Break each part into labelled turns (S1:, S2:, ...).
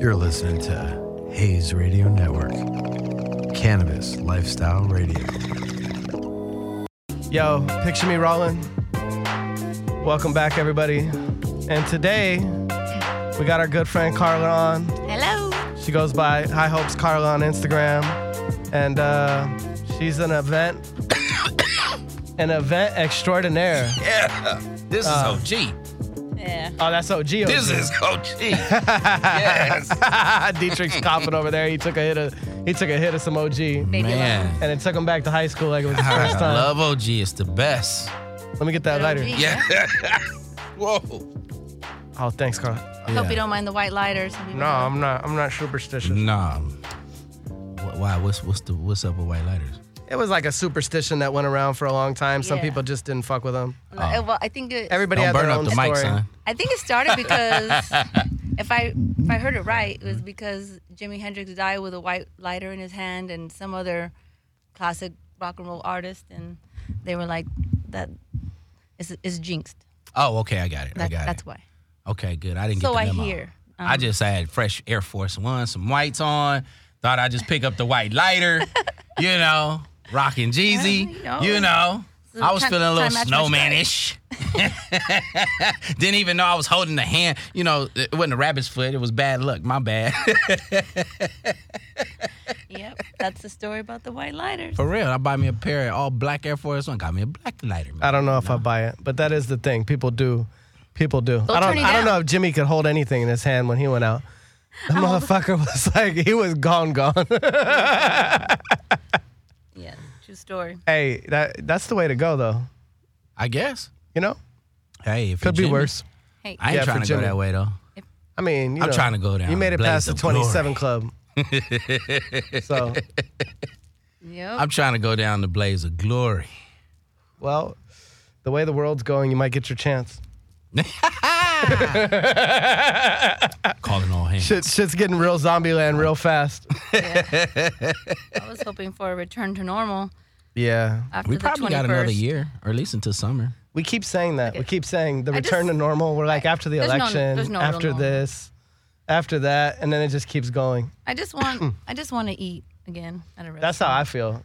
S1: You're listening to Hayes Radio Network, Cannabis Lifestyle Radio.
S2: Yo, picture me rolling. Welcome back, everybody. And today, we got our good friend Carla on.
S3: Hello.
S2: She goes by High Hopes Carla on Instagram. And uh, she's an event, an event extraordinaire.
S4: Yeah. This is OG.
S3: Yeah.
S2: Oh, that's OG.
S4: This is OG. yes.
S2: Dietrich's copping over there. He took a hit of, he took a hit of some OG, and
S3: Baby
S4: Man.
S2: it took him back to high school like it was his
S4: I
S2: first time.
S4: love OG. It's the best.
S2: Let me get that lighter.
S3: OG.
S4: Yeah. Whoa.
S2: Oh, thanks, Carla.
S3: I Hope
S4: Yeah.
S3: you don't mind the white lighters.
S2: No, I'm not. I'm not superstitious.
S4: Nah. Wh- Why? What's what's the what's up with white lighters?
S2: It was like a superstition that went around for a long time. Some
S3: Yeah.
S2: people just didn't fuck with them.
S3: No, eh, well, I think it,
S2: Everybody
S4: Don't
S2: had
S4: burn
S2: their
S4: up
S2: own
S4: the
S2: story.
S4: mic, son.
S3: I think it started because if I if I heard it right, it was because Jimi Hendrix died with a white lighter in his hand and some other classic rock and roll artist, and they were like that. It's, it's jinxed.
S4: Oh, okay. I got it. I
S3: That,
S4: got
S3: that's
S4: it.
S3: why.
S4: Okay, good. I didn't
S3: So
S4: get the
S3: I
S4: memo.
S3: hear. um,
S4: I just had fresh Air Force One, some whites on. Thought I'd just pick up the white lighter, you know, rocking Jeezy,
S3: you know.
S4: you know.
S3: So
S4: I was
S3: time-
S4: feeling a little
S3: time match my
S4: snowmanish. Didn't even know I was holding the hand. You know, it wasn't a rabbit's foot. It was bad luck. My bad.
S3: Yep. That's the story about the white lighters.
S4: For real, I buy me a pair of all black Air Force One. Got me a black lighter. Man.
S2: I don't know if I buy it, but that is the thing. People do. People do.
S3: They'll
S2: I don't.
S3: turn it
S2: I don't know
S3: down. Oh.
S2: if Jimmy could hold anything in his hand when he went out. The motherfucker was like, he was gone, gone.
S3: Yeah. True story.
S2: hey, that that's the way to go, though.
S4: I guess.
S2: You know,
S4: Hey, if
S2: could
S4: you're
S2: be
S4: Jimmy-
S2: worse.
S3: Hey.
S4: I ain't
S2: Yeah, for
S4: trying to go
S2: Jimmy.
S4: that way though.
S2: I mean, you
S4: I'm
S2: know,
S4: trying to go down
S2: You
S4: the
S2: made it
S4: blaze
S2: past the
S4: of glory.
S2: 27 club. so,
S3: Yep.
S4: I'm trying to go down the blaze of glory.
S2: well, the way the world's going, you might get your chance.
S4: Calling all hands.
S2: Shit, shit's getting real zombie land real fast.
S3: I was hoping for a return to normal
S2: Yeah.
S3: after
S4: We
S3: the
S4: probably
S3: 21st.
S4: got another year, or at least until summer.
S2: We keep saying that. We keep saying the
S3: I
S2: return
S3: just-
S2: to normal. We're like after the
S3: there's no-
S2: election,
S3: there's no real
S2: after
S3: normal.
S2: this, after that, and then it just keeps going.
S3: I just want I just want to eat again at a restaurant.
S2: That's how I feel.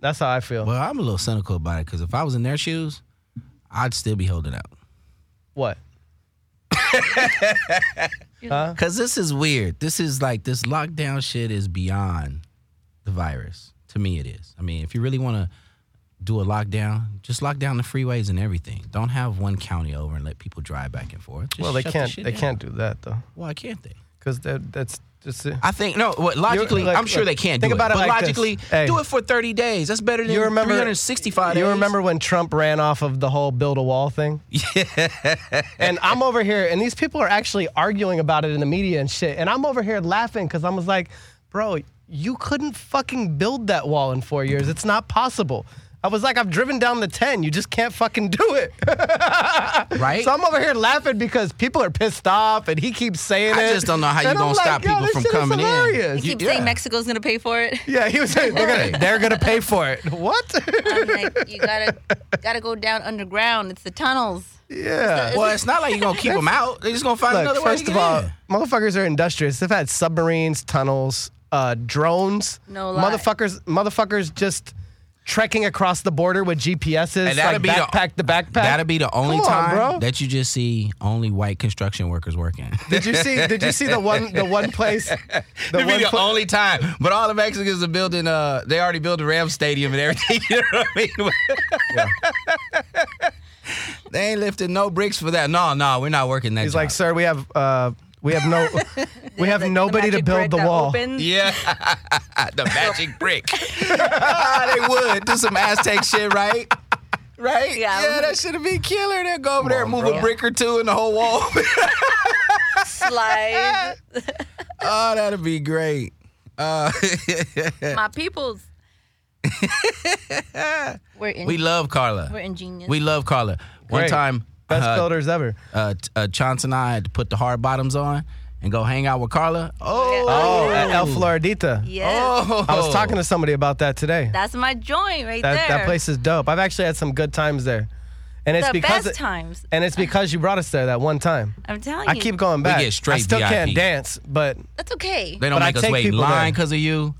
S2: That's how I feel. What?
S4: Well, I'm a little cynical about it because if I was in their shoes, I'd still be holding out. Because this is weird. This is like this lockdown shit is beyond the virus. To me, it is. I mean, if you really want to do a lockdown, just lock down the freeways and everything. Don't have one county over and let people drive back and forth. Just
S2: Well, they
S4: shut the
S2: can't.
S4: shit
S2: they
S4: down.
S2: can't do that though,
S4: Why can't they?
S2: because that, that's just. It.
S4: I think no. What logically,
S2: like-
S4: I'm sure they can't
S2: think
S4: do
S2: about it
S4: But
S2: like this.
S4: logically,
S2: Hey.
S4: do it for 30 days. That's better than
S2: You remember
S4: 365 days.
S2: You remember when Trump ran off of the whole build a wall thing? Yeah. and I'm over here, and these people are actually arguing about it in the media and shit. And I'm over here laughing because I was like, bro, you couldn't fucking build that wall in four years. It's not possible. I was like, I've driven down the 10. You just can't fucking do it.
S4: right?
S2: so I'm over here laughing because people are pissed off and he keeps saying
S4: I
S2: it.
S4: just don't know how you
S2: And I'm
S4: gonna
S2: like,
S4: stop
S2: yo,
S4: people
S2: this
S4: from
S2: shit is
S4: coming in.
S2: hilarious.
S3: You keep
S4: Yeah.
S3: saying Mexico's gonna pay for it.
S2: Yeah, he was saying, they're going to
S4: Right.
S2: they're gonna pay for it. What?
S3: I'm like, you gotta gotta go down underground. It's the tunnels.
S2: yeah.
S4: Well, it's not like you're gonna keep them out. They're just gonna find
S2: Look,
S4: another way.
S2: first
S4: to
S2: of
S4: get
S2: all,
S4: in.
S2: motherfuckers are industrious. They've had submarines, tunnels, uh, drones.
S3: No lie.
S2: motherfuckers, motherfuckers just trekking across the border with GPSs,
S4: And that'll
S2: like
S4: be the-
S2: backpack to backpack.
S4: that'd be the only
S2: Come on,
S4: time
S2: bro.
S4: that you just see only white construction workers working.
S2: did you see? Did you see the one? The one place. The
S4: It'd be the
S2: pla-
S4: only time. But all the Mexicans are building. Uh, they already built a Ram Stadium and everything. You know what I mean? they ain't lifting no bricks for that. No, no, we're not working that.
S2: He's
S4: job.
S2: like, sir, we have uh, we have no, we have nobody to build the wall.
S4: Yeah, the magic brick. ah, they would do some Aztec shit, right? Right?
S3: Yeah.
S4: that should have been killer. They'll go over there and
S2: on,
S4: move
S2: bro.
S4: a brick or two in the whole wall.
S3: Slide
S4: oh, that'd be great. Uh,
S3: my peoples. we're in,
S4: we
S3: we,
S4: love
S3: are
S4: Carla.
S3: ingenious.
S4: We love Carla. One
S2: Great.
S4: time,
S2: Best
S4: uh,
S2: builders ever.
S4: uh, t- uh, Chance and I had to put the hard bottoms on and go hang out with Carla. Oh,
S2: Oh, at El Floridita.
S3: yes.
S2: I was talking to somebody about that today.
S3: That's my joint right
S2: That,
S3: there.
S2: that place is dope. I've actually had some good times there. And it's
S3: the
S2: because
S3: best
S2: it-
S3: times.
S2: and it's because you brought us there that one time.
S3: I'm telling
S2: I
S3: you.
S2: keep going back.
S4: get straight
S2: I still can't
S4: VIP.
S2: dance, but
S3: That's okay.
S4: They don't
S2: But I
S4: make us
S2: take
S4: wait in
S2: people
S4: line
S2: there.
S4: because of you.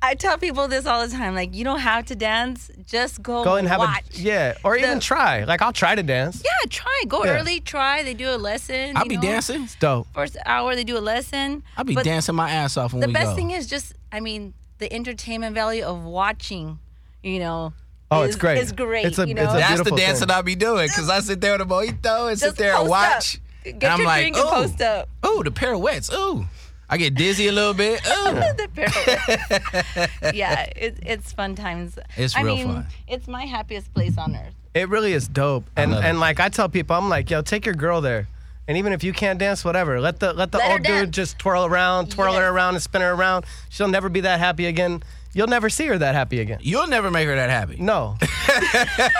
S3: I tell people this all the time. Like, you don't have to dance. Just go.
S2: go and have
S3: watch.
S2: a yeah, or even
S3: The-
S2: try. Like I'll try to dance.
S3: Yeah, try. Go
S2: Yeah.
S3: early. Try. They do a lesson.
S4: I'll
S3: you
S4: be
S3: know.
S4: dancing.
S2: Dope.
S3: First hour, they do a lesson.
S4: I'll be
S3: But
S4: dancing my ass off when
S3: The
S4: we
S3: best
S4: go.
S3: thing is just, I mean, the entertainment value of watching. You know.
S2: Oh, it's
S3: is-
S2: great.
S3: It's great.
S2: It's a-
S3: you
S2: it's
S3: know?
S2: a
S4: That's the
S2: beautiful
S4: dance
S2: thing.
S4: that I'll be doing because I sit there with a mojito and sit
S3: Just
S4: there and
S3: post
S4: watch.
S3: up. Get
S4: and I'm
S3: your
S4: like,
S3: drink
S4: ooh,
S3: and post up.
S4: ooh, the pirouettes. Ooh, I get dizzy a little bit. Ooh,
S3: the parallel. yeah, it, it's fun times.
S4: It's
S3: I
S4: real
S3: mean,
S4: fun.
S3: It's my happiest place on earth.
S2: It really is dope. And
S4: love
S2: and
S4: it.
S2: like I tell people, I'm like, yo, take your girl there. And even if you can't dance, whatever. Let the let the
S3: Let her
S2: old dude
S3: dance.
S2: just twirl around, twirl her
S3: Yes.
S2: around and spin her around. She'll never be that happy again. You'll never see her that happy again.
S4: you'll never make her that happy.
S2: No.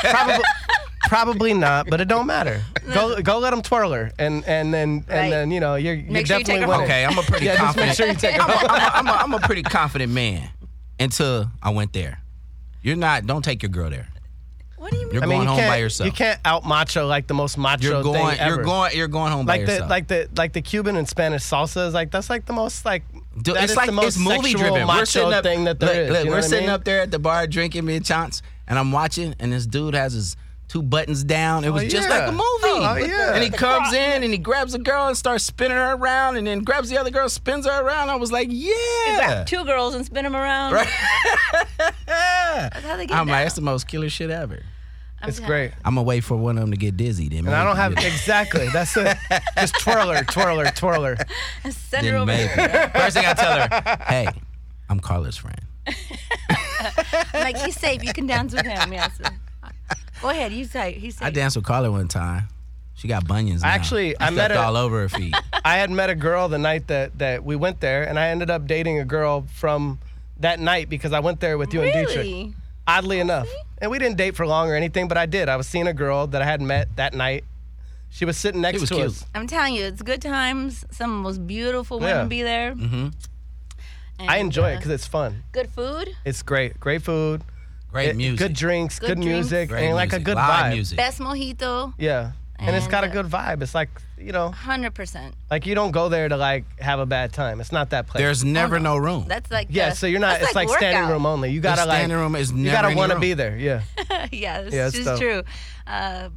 S2: probably probably not, but it don't matter. Go go let them twirl her and and then
S3: Right.
S2: and then you know, you're, you're
S3: Make sure you
S2: definitely
S3: take her
S2: winning.
S3: home.
S4: Okay, I'm a pretty
S2: Yeah, just
S4: confident.
S2: make sure you take her
S4: I'm,
S2: home.
S4: a, I'm, a, I'm a pretty confident man until I went there. You're not. Don't take your girl there.
S3: What do you mean?
S4: You're
S2: I mean, you
S4: going home by
S2: can't-
S4: yourself.
S2: You can't out macho like the most macho
S4: You're going.
S2: thing ever.
S4: You're going. You're going home
S2: like
S4: by
S2: the
S4: yourself.
S2: like the like the Cuban and Spanish salsa is like that's like the most like
S4: Dude,
S2: that
S4: it's
S2: is
S4: like
S2: the most
S4: it's movie
S2: sexual
S4: driven.
S2: macho
S4: We're sitting up,
S2: thing that there
S4: look,
S2: is,
S4: look,
S2: you know
S4: we're
S2: what I
S4: sitting
S2: mean?
S4: up there at the bar drinking mid chance, and I'm watching, and this dude has his two buttons down. It was just
S2: yeah.
S4: like a movie.
S2: Oh, yeah.
S4: And he comes in and he grabs a girl and starts spinning her around, and then grabs the other girl, spins her around. I was like, yeah.
S3: two girls and spin them around.
S4: Right.
S3: That's how they get
S4: I'm
S3: down.
S4: like, that's the most killer shit ever.
S3: I'm
S2: It's
S3: telling-
S2: great.
S4: I'm gonna wait for one of them to get dizzy. Then
S2: And I don't have
S4: maybe.
S2: exactly. That's it. Just twirler, twirler, twirler.
S3: Send her
S4: Then
S3: over.
S4: maybe.
S3: here.
S4: First thing I tell her, hey, I'm Carla's friend.
S3: I'm like he's safe. You can dance with him. Yes. Go ahead. He's safe. He's safe.
S4: I danced with Carla one time. She got bunions.
S2: I
S4: now.
S2: actually-
S4: I,
S2: I met
S4: stepped
S2: a-
S4: all over her feet.
S2: I had met a girl the night that that we went there, and I ended up dating a girl from that night because I went there with you and Dietrich.
S3: Really?
S2: Oddly enough, and we didn't date for long or anything, but I did. I was seeing a girl that I had met that night. She was sitting next
S4: was
S2: to
S4: cute.
S2: us.
S3: I'm telling you, it's good times. Some of the most beautiful women
S2: Yeah.
S3: be there. Mm-hmm.
S2: I enjoy
S3: uh,
S2: it because it's fun.
S3: good food,
S2: It's great. Great food.
S4: Great
S2: it-
S4: music.
S2: Good drinks. Good,
S3: Good drinks.
S2: music.
S4: Great
S2: and like a
S4: music.
S2: good
S4: Live
S2: vibe.
S4: music.
S3: best mojito,
S2: Yeah. And, it's
S3: And,
S2: got a
S3: uh,
S2: good vibe. It's like, you know,
S3: hundred percent.
S2: like you don't go there to like have a bad time. It's not that place.
S4: There's never no room.
S3: That's like
S2: yeah,
S3: the-
S2: so you're not
S3: that's
S2: it's like, standing
S3: workout.
S2: room only. You gotta like
S4: standing room is
S2: you
S4: never
S2: gotta
S4: any
S2: wanna
S4: room.
S2: be there. Yeah.
S3: yeah, this
S2: Yeah, it's
S3: is
S2: tough.
S3: true. Uh,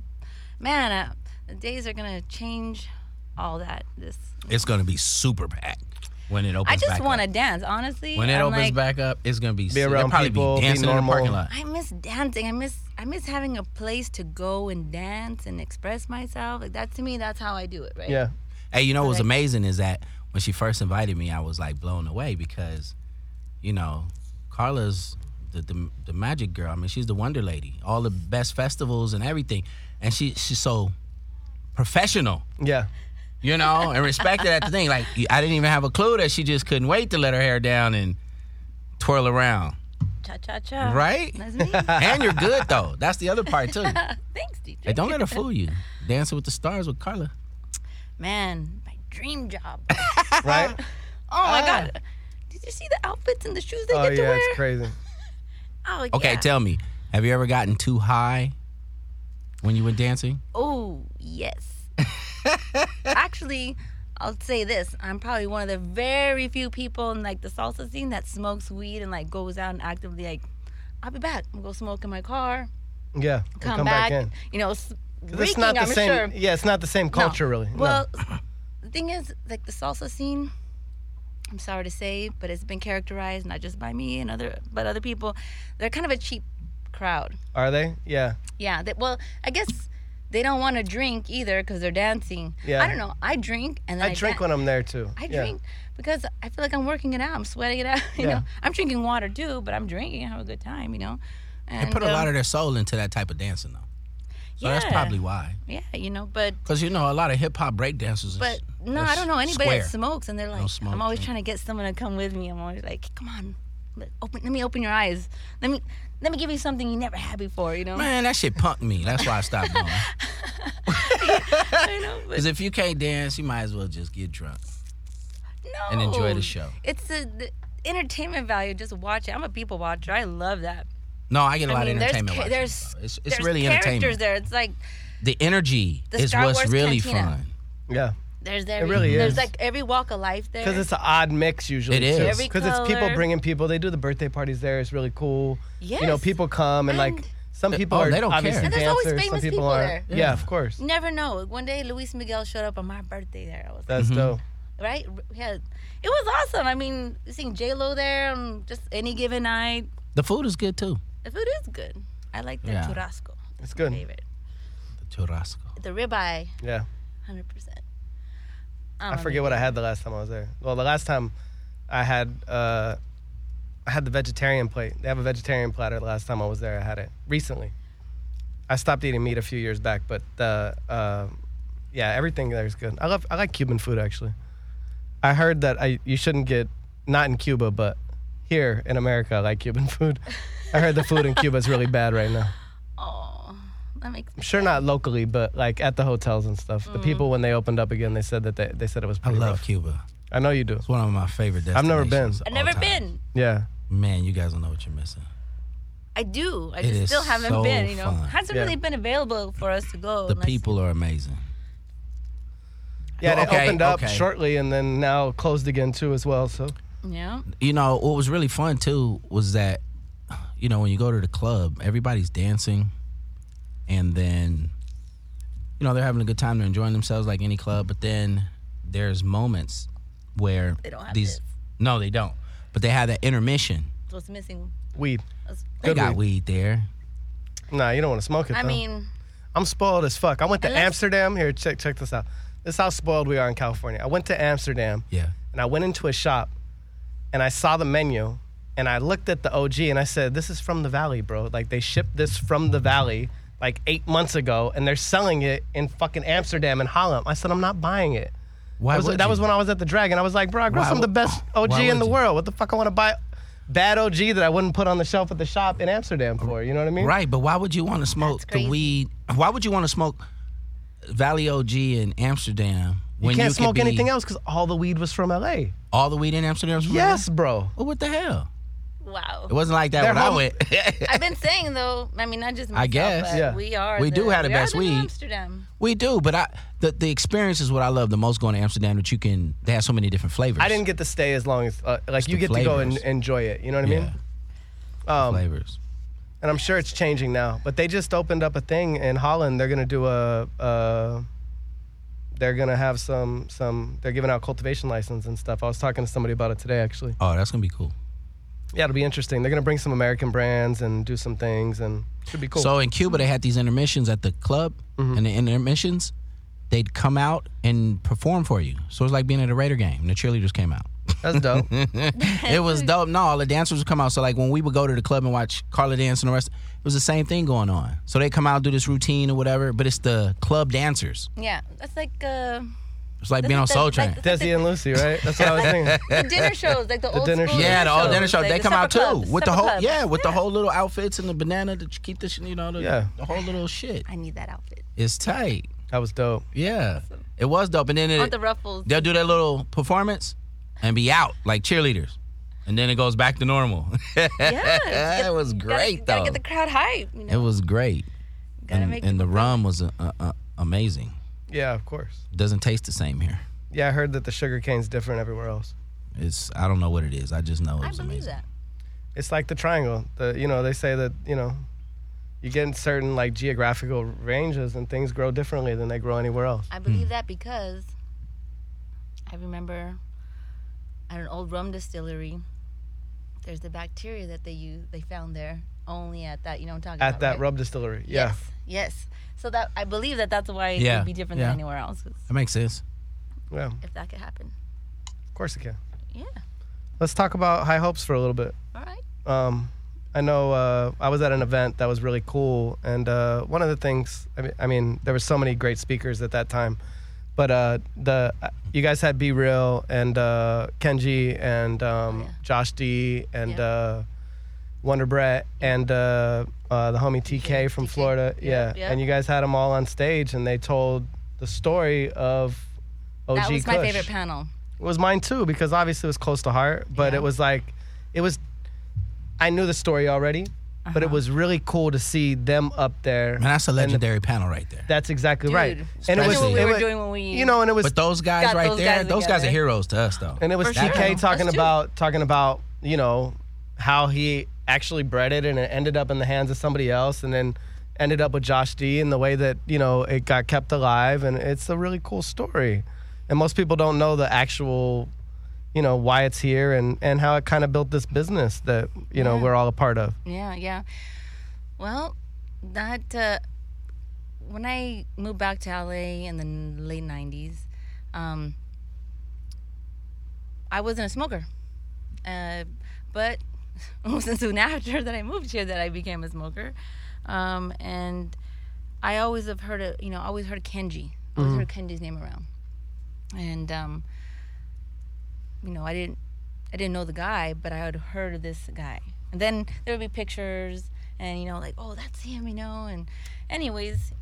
S3: man, uh, the days are gonna change all that. This
S4: It's gonna be super packed when it opens.
S3: I just
S4: want
S3: want to dance, honestly.
S4: When it
S3: I'm
S4: opens
S3: like,
S4: back up, it's gonna be.
S2: Be around
S4: they'll probably
S2: people,
S4: be
S2: be
S4: dancing in the
S2: normal.
S4: parking lot.
S3: I miss dancing. I miss I miss having a place to go and dance and express myself. Like that to me, that's how I do it, right?
S2: Yeah.
S4: Hey, you know what's
S3: Like-
S4: amazing is that when she first invited me, I was like blown away because, you know, Carla's the the, the magic girl. I mean, she's the wonder lady. All the best festivals and everything, and she she's so professional.
S2: Yeah.
S4: you know, and respected at the thing. Like I didn't even have a clue that she just couldn't wait to let her hair down and twirl around,
S3: Cha cha cha.
S4: right?
S3: That's me.
S4: And you're good though. That's the other part too.
S3: Thanks, DJ.
S4: Hey, don't let her fool you. Dancing with the Stars with Carla.
S3: Man, my dream job. oh
S2: Right?
S3: my
S4: Ah.
S3: god. Did you see the outfits and the shoes they
S2: oh
S3: get to
S2: yeah,
S3: wear?
S2: it's crazy.
S3: Oh,
S4: Okay,
S3: yeah.
S4: tell me, have you ever gotten too high when you went dancing?
S3: Oh, yes. Actually, I'll say this. I'm probably one of the very few people in like the salsa scene that smokes weed and like goes out and actively like, I'll be back. I'm gonna go smoke in my car,
S2: Yeah. we'll
S3: come,
S2: back,
S3: back,
S2: in.
S3: you know, s-
S2: 'Cause
S3: reeking,
S2: It's not the
S3: I'm
S2: same
S3: sure.
S2: yeah, it's not the same
S3: No.
S2: culture really. No.
S3: Well, the thing is, like the salsa scene, I'm sorry to say, but it's been characterized not just by me and other, but other people. They're kind of a cheap crowd.
S2: are they? Yeah.
S3: Yeah. They, well, I guess they don't want to drink either because they're dancing.
S2: Yeah.
S3: I don't know. I drink and then
S2: I
S3: I,
S2: drink
S3: dan-
S2: when I'm there too.
S3: I
S2: Yeah.
S3: drink because I feel like I'm working it out. I'm sweating it out. You
S2: Yeah.
S3: know, I'm drinking water too, but I'm drinking. I have a good time. You know. And
S4: They put a
S3: um,
S4: lot of their soul into that type of dancing though. So that's
S3: Yeah.
S4: probably why.
S3: yeah, you know, but
S4: Because you know a lot of hip hop break dancers. is-
S3: but no, I
S4: that's
S3: don't know anybody
S4: square.
S3: that smokes, and they're like,
S4: smoke,
S3: I'm always
S4: yeah.
S3: trying to get someone to come with me. I'm always like, come on, let, open, let me open your eyes. Let me let me give you something you never had before. You know,
S4: Man, that shit punked me. That's why I stopped going.
S3: I know, but
S4: Because if you can't dance, you might as well just get drunk.
S3: no,
S4: and
S3: Oh.
S4: enjoy the show.
S3: It's the, the entertainment value. Just watch it. I'm a people watcher. I love that.
S4: No, I get a
S3: I
S4: lot
S3: mean,
S4: of
S3: there's
S4: entertainment.
S3: ca-
S4: watching
S3: there's
S4: it, though. it's, it's
S3: there's
S4: really
S3: characters
S4: entertainment.
S3: there. It's like
S4: The energy
S3: The
S4: is
S3: Star
S4: what's
S3: Wars
S4: really
S3: cantina.
S4: fun.
S2: Yeah.
S3: there's every
S2: really
S3: there's
S2: is.
S3: like every walk of life there.
S2: Because it's an odd mix usually.
S4: It is.
S3: Every
S2: Because it's people
S3: color.
S2: bringing people. They do the birthday parties there. It's really cool. You know,
S3: Yes.
S2: people come and, like
S3: And-
S2: some
S4: Uh,
S2: people
S4: oh,
S2: are
S4: they don't
S2: obviously
S4: care. And
S3: there's always
S2: dancers. Some
S3: famous
S2: people,
S3: people
S2: aren't.
S3: there. Mm-hmm.
S2: Yeah, of course.
S3: you never know. One day Luis Miguel showed up on my birthday there. I was like,
S2: That's
S4: Mm-hmm.
S2: dope.
S3: right? Yeah, it was awesome. I mean, seeing J Lo there on just any given night,
S4: The food is good too.
S3: the food is good. I like the
S4: Yeah.
S3: churrasco.
S2: It's good.
S3: Favorite.
S4: The churrasco.
S3: The ribeye,
S2: Yeah.
S3: hundred percent.
S2: I forget what I had the last time I was there. Well, the last time I had uh, I had the vegetarian plate. They have a vegetarian platter. The last time I was there, I had it recently. I stopped eating meat a few years back, but the uh, yeah, everything there is good. I love I like Cuban food actually. I heard that I you shouldn't get not in Cuba, but here in America, I like Cuban food. I heard the food in Cuba is really bad right now.
S3: Oh, that makes
S2: I'm sure not locally, but like at the hotels and stuff. The people when they opened up again, they said that they, they said it was.
S4: I
S2: Pretty
S4: love
S2: rough.
S4: Cuba.
S2: I know you do.
S4: It's one of my favorite
S2: I've
S4: destinations.
S2: never been.
S4: of
S3: I've
S4: all
S3: never
S4: time.
S3: been.
S2: Yeah.
S4: Man, you guys don't know what you're missing.
S3: I do. I
S4: It
S3: just
S4: is
S3: still haven't
S4: so
S3: been. You know,
S4: fun.
S3: hasn't
S2: Yeah.
S3: really been available for us to go.
S4: The
S3: unless-
S4: people are amazing.
S2: Yeah, they
S4: Okay,
S2: opened up
S4: okay.
S2: shortly and then now closed again too as well. So
S3: Yeah.
S4: You know, what was really fun too was that, you know, when you go to the club, everybody's dancing and then, you know, they're having a good time, they're enjoying themselves like any club, but then there's moments where
S3: They don't have
S4: these
S3: this.
S4: No, they don't. But they have that intermission.
S3: What's missing?
S2: weed.
S3: What's-
S4: They
S2: Good
S4: got
S2: weed.
S4: weed there.
S2: Nah, you don't want to smoke it.
S3: I
S2: though.
S3: mean,
S2: I'm spoiled as fuck. I went to
S3: Unless-
S2: Amsterdam. Here, check check this out. This is how spoiled we are in California. I went to Amsterdam
S4: Yeah.
S2: and I went into a shop and I saw the menu and I looked at the OG and I said, "This is from the Valley, bro. Like they shipped this from the Valley like eight months ago and they're selling it in fucking Amsterdam and Harlem." I said, "I'm not buying it."
S4: Why
S2: was-
S4: would
S2: that
S4: you?
S2: was when I was at the Dragon. I was like, bro, I grew
S4: Why
S2: some of the
S4: would-
S2: best OG
S4: why
S2: in
S4: would
S2: the
S4: you?
S2: world. What the fuck I want to buy bad OG that I wouldn't put on the shelf at the shop in Amsterdam for? You know what I mean?
S4: Right, but why would you want to smoke the
S3: crazy.
S4: weed? Why would you want to smoke Valley OG in Amsterdam
S2: You
S4: when
S2: can't
S4: could
S2: smoke
S4: be-
S2: anything else because all the weed was from LA.
S4: All the weed in Amsterdam?
S2: Yes, bro.
S4: Well, what the hell?
S3: wow.
S4: It wasn't like that
S2: They're
S4: when
S2: home-
S4: I went.
S3: I've been saying though. I mean, not just myself,
S4: I guess.
S3: but
S2: Yeah.
S3: we are.
S4: We do have the
S3: we
S4: best
S3: are the New
S4: weed.
S3: Amsterdam.
S4: we do, but I the, the experience is what I love the most going to Amsterdam that you can they have so many different flavors.
S2: I didn't get to stay as long as uh, like
S4: It's
S2: you
S4: the
S2: get to go and
S4: flavors.
S2: enjoy it. You know what I mean? Um,
S4: Yeah. flavors.
S2: And I'm sure it's changing now. But they just opened up a thing in Holland. They're gonna do a. a they're gonna have some some. They're giving out cultivation license and stuff. I was talking to somebody about it today actually.
S4: Oh, that's gonna be cool.
S2: Yeah, it'll be interesting. They're gonna bring some American brands and do some things, and should be cool. Mm-hmm.
S4: So in Cuba they had these intermissions at the club and the intermissions they'd come out and perform for you. So it was like being at a Raider game and the cheerleaders came out.
S2: That's dope.
S4: it was dope. No, all the dancers would come out. So like when we would go to the club and watch Carla dance and the rest, it was the same thing going on. So they come out do this routine or whatever, but it's the club dancers.
S3: Yeah, that's like uh,
S4: It's like being on
S3: the-
S4: Soul
S3: like
S4: Train.
S3: the-
S2: Desi and Lucy, right? That's what I was thinking.
S3: the dinner shows, like the, old
S2: dinner
S3: school
S2: shows.
S4: Yeah, the old
S3: shows,
S4: dinner show.
S3: like
S4: they
S3: the
S4: come out too
S3: supper clubs,
S4: with the
S3: supper
S4: whole
S3: clubs.
S4: yeah, with the whole little outfits and the banana to keep this, you know, the,
S2: Yeah.
S4: the whole little shit.
S3: I need that outfit.
S4: It's tight.
S2: That was dope.
S4: Yeah, it was dope. And then
S3: On the
S4: it,
S3: ruffles.
S4: they'll do their little performance and be out like cheerleaders, and then it goes back to normal.
S3: Yeah,
S4: it was great
S3: gotta,
S4: though.
S3: Gotta get the crowd hype. You know?
S4: it was great,
S3: gotta
S4: and,
S3: make
S4: and the rum was uh, uh, uh, amazing.
S2: Yeah, of course.
S4: Doesn't taste the same here.
S2: Yeah, I heard that the sugar cane's different everywhere else.
S4: It's I don't know what it is. I just know it
S3: I
S4: was
S3: believe
S4: amazing.
S3: that.
S2: It's like the triangle. The you know they say that you know you get in certain like geographical ranges and things grow differently than they grow anywhere else.
S4: Hmm.
S3: I believe that because I remember at an old rum distillery, there's the bacteria that they use. They found there only at that. You know what I'm talking about?
S2: At that
S3: right?
S2: rub distillery. Yeah.
S3: Yes. Yes. So that I believe that that's why it
S4: Yeah,
S3: would be different
S4: yeah.
S3: than anywhere else. 'cause
S4: That makes sense.
S2: Yeah.
S3: If that could happen.
S2: Of course it can.
S3: Yeah.
S2: Let's talk about high hopes for a little bit.
S3: All right.
S2: um, I know uh, I was at an event that was really cool, and uh, one of the things I mean, I mean, there were so many great speakers at that time, but uh, the you guys had Be Real and uh, Kenji and um,
S3: Oh, yeah.
S2: Josh D and
S3: Yeah.
S2: uh, Wonder Brett and uh, uh, the homie TK from
S3: TK.
S2: Florida, yeah.
S3: Yep, yep.
S2: and you guys had them all on stage, and they told the story of OG
S3: that was my
S2: Kush.
S3: favorite panel.
S2: It was mine too because obviously it was close to heart, but
S3: Yeah.
S2: it was like, it was. I knew the story already, but
S3: Uh-huh.
S2: it was really cool to see them up there.
S4: Man, that's a
S2: And the-
S4: legendary panel right there.
S2: that's exactly
S3: Dude,
S2: right.
S3: I
S4: know
S2: was
S4: what we
S2: it
S3: were
S2: wa-
S3: doing when we-
S2: you know, and it was
S4: But those guys
S3: Got
S4: right
S3: those
S4: there,
S3: guys
S4: those guys are
S3: together.
S4: heroes to us, though.
S2: And it was
S3: For
S2: TK
S3: sure.
S2: talking
S3: Us too.
S2: about talking about you know how he actually bred it and it ended up in the hands of somebody else, and then ended up with Josh D and the way that you know it got kept alive, and it's a really cool story. And most people don't know the actual, you know, why it's here and and how it kind of built this business that you know we're all a part of.
S3: Yeah, yeah. Well, that uh, when I moved back to LA in the n- late '90s, um, I wasn't a smoker, uh, but it wasn't soon after that I moved here that I became a smoker, um, and I always have heard of you know I always heard of Kenji, always heard Kenji's name around, and um, you know I didn't I didn't know the guy, but I had heard of this guy. And then there would be pictures, and you know, like, oh, that's him, you know. And, anyways,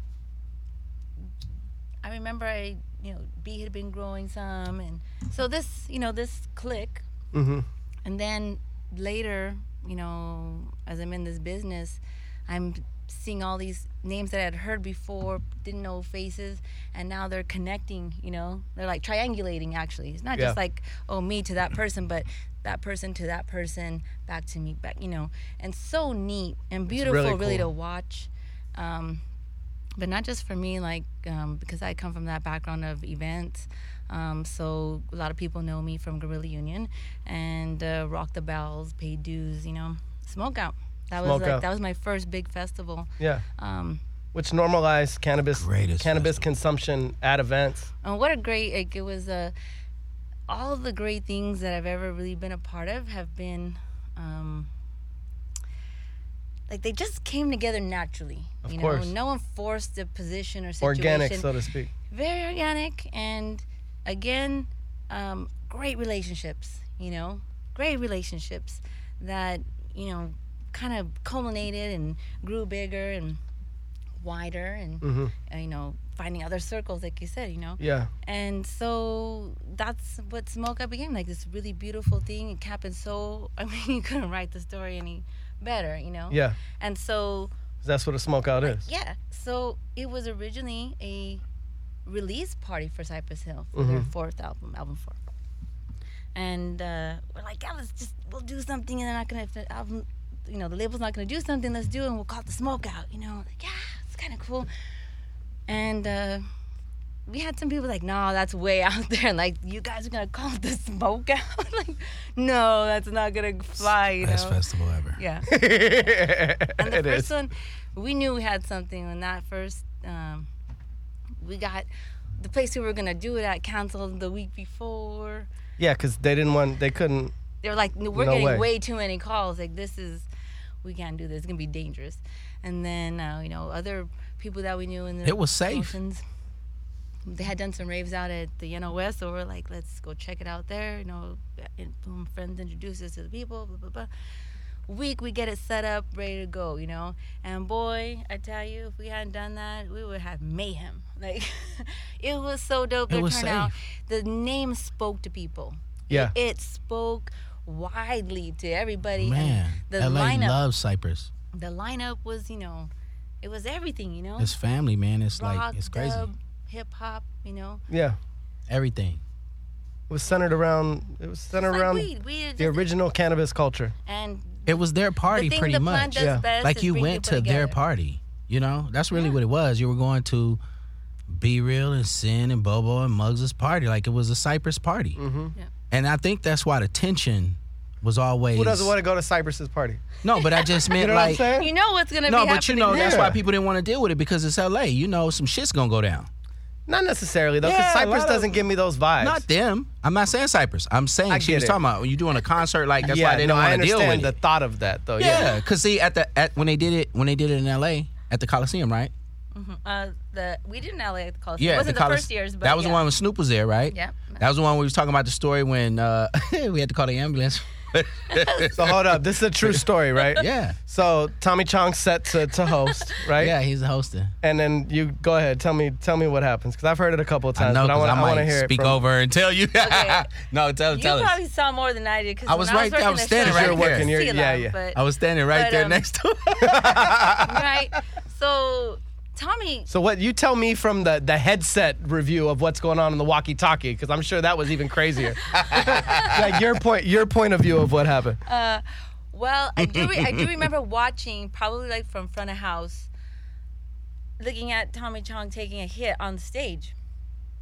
S3: I remember I, you know, B had been growing some, and so this, you know, this click.
S2: Mhm.
S3: And then later, you know, as I'm in this business, I'm seeing all these names that I had heard before, didn't know faces, and now they're connecting. You know, they're like triangulating. Actually, it's not just
S2: Yeah.
S3: like oh me to that person, but that person to that person, back to me, back. You know, and so neat and beautiful,
S2: really
S3: really,
S2: cool.
S3: to watch. Um, but not just for me, like um, because I come from that background of events. Um, so a lot of people know me from Guerrilla Union and uh, Rock the Bells, Pay Dues, you know, Smoke Out. That was
S2: Smoke
S3: like
S2: Out.
S3: that was my first big festival.
S2: Yeah,
S3: Um,
S2: which normalized cannabis
S4: Greatest
S2: cannabis
S4: festival.
S2: consumption at events.
S3: and what a great like it was uh, all of the great things that I've ever really been a part of have been um, like they just came together naturally.
S2: Of
S3: you
S2: course.
S3: know, no one forced the position or situation.
S2: Organic, so to speak.
S3: very organic and again um, great relationships you know great relationships that you know kind of culminated and grew bigger and wider and uh, you know finding other circles like you said you know
S2: Mm-hmm. Yeah.
S3: and so that's what smoke up became like this really beautiful thing it happened so i mean you couldn't write the story any better you know
S2: Yeah.
S3: and so
S2: 'Cause That's what a smoke out is.
S3: yeah. So it was originally a release party for Cypress Hill for their fourth album, album four. And uh, we're like, yeah, let's just we'll do something, and they're not gonna if the album, you know, the label's not gonna do something. Let's do it, and we'll call it the smoke out. You know, like yeah, it's kind of cool. And uh, we had some people like, no, that's way out there. Like you guys are gonna call it the smoke out. like, no, that's not gonna fly. You
S4: Best
S3: know?
S4: festival ever.
S3: Yeah. And the
S2: it
S3: first
S2: is.
S3: one, we knew we had something when that first, um, we got the place we were gonna do it at canceled the week before.
S2: Yeah, because they didn't want, they couldn't.
S3: They were like, "No, we're
S2: No
S3: getting
S2: way.
S3: way. too many calls. Like this is, we can't do this. It's gonna be dangerous. And then uh, you know other people that we knew in the
S4: It was safe.
S3: promotions, They had done some raves out at the NOS, so we're like, let's go check it out there. You know, and boom, friends introduce us to the people. Blah blah blah. Week we get it set up, ready to go. You know, and boy, I tell you, if we hadn't done that, we would have mayhem. Like, it was so dope.
S4: It
S3: the
S4: was
S3: turnout, the name spoke to people
S2: Yeah.
S3: it spoke widely to everybody.
S4: Man,
S3: and the
S4: LA
S3: lineup,
S4: loves Cypress.
S3: the lineup was, you know, it was everything, you know,
S4: It's family, man. It's
S3: rock,
S4: like it's crazy.
S3: dub, hip hop, you know,
S2: Yeah.
S4: Everything.
S2: It was centered around, it was centered
S3: It's like
S2: around
S3: weed, weed is
S2: the
S3: just-
S2: original cannabis culture.
S3: and
S4: It was their party
S3: the thing
S4: pretty
S3: the plant
S4: much.
S3: does
S2: yeah.
S3: best
S4: Like
S3: is
S4: you
S3: bring
S4: went to
S3: people
S4: their
S3: together.
S4: party. You know? That's really what it was. You were going to Be Real and Sin and Bobo and Muggs' party. Like it was a Cypress party.
S2: Mm-hmm.
S3: Yeah.
S4: And I think that's why the tension was always
S2: Who doesn't want to go to Cypress's party?
S4: No, but I just meant
S2: You know what I'm
S4: like
S2: saying?
S3: You know what's gonna
S4: No,
S3: be
S4: but you
S3: happening.
S4: know, that's
S2: there.
S4: why people didn't want to deal with it because it's LA. You know, some shit's gonna go down.
S2: Not necessarily, though,
S4: Yeah,
S2: because
S4: a
S2: Cypress
S4: lot of-
S2: doesn't give me those vibes.
S4: Not them. I'm not saying Cypress. I'm saying
S2: I
S4: she
S2: get
S4: was
S2: it.
S4: talking about when you're doing a concert like that's
S2: yeah,
S4: why they
S2: no,
S4: don't
S2: I
S4: want to deal
S2: understand
S4: with
S2: the
S4: it.
S2: thought of that, though. Yeah.
S4: Yeah, because see, at the at when they did it when they did it in L.A. at the Coliseum, right?
S3: Uh, the we didn't LA at the Coliseum.
S4: Yeah,
S3: it
S4: at
S3: wasn't the,
S4: Colis-
S3: first years, but
S4: that was
S3: yeah.
S4: the one when Snoop was there, right?
S3: Yep.
S4: That was the one we was talking about the story when uh, we had to call the ambulance
S2: So hold up, this is a true story, right?
S4: Yeah.
S2: So Tommy Chong set to, to host, right?
S4: Yeah, he's hosting.
S2: And then you go ahead, tell me tell me what happens because I've heard it a couple of
S4: I
S2: times.
S4: know
S2: but I
S4: 'cause
S2: want
S4: I,
S2: I want to
S4: might
S2: hear
S4: speak
S2: it from,
S4: over and tell you.
S3: Okay.
S4: no, tell,
S3: You
S4: tell us.
S3: probably saw more than I did because
S4: I was right there. I was standing
S2: right there.
S3: working,
S2: You're-
S3: at Sea
S2: yeah,
S3: Life,
S2: yeah.
S3: But,
S4: I was standing right
S3: But,
S4: there
S3: um,
S4: next to him.
S3: right. So Tommy,
S2: So what you tell me from the the headset review of what's going on in the walkie-talkie because I'm sure that was even crazier. like your point your point of view of what happened.
S3: uh, well, I do re- I do remember watching probably like from front of house, looking at Tommy Chong taking a hit on the stage.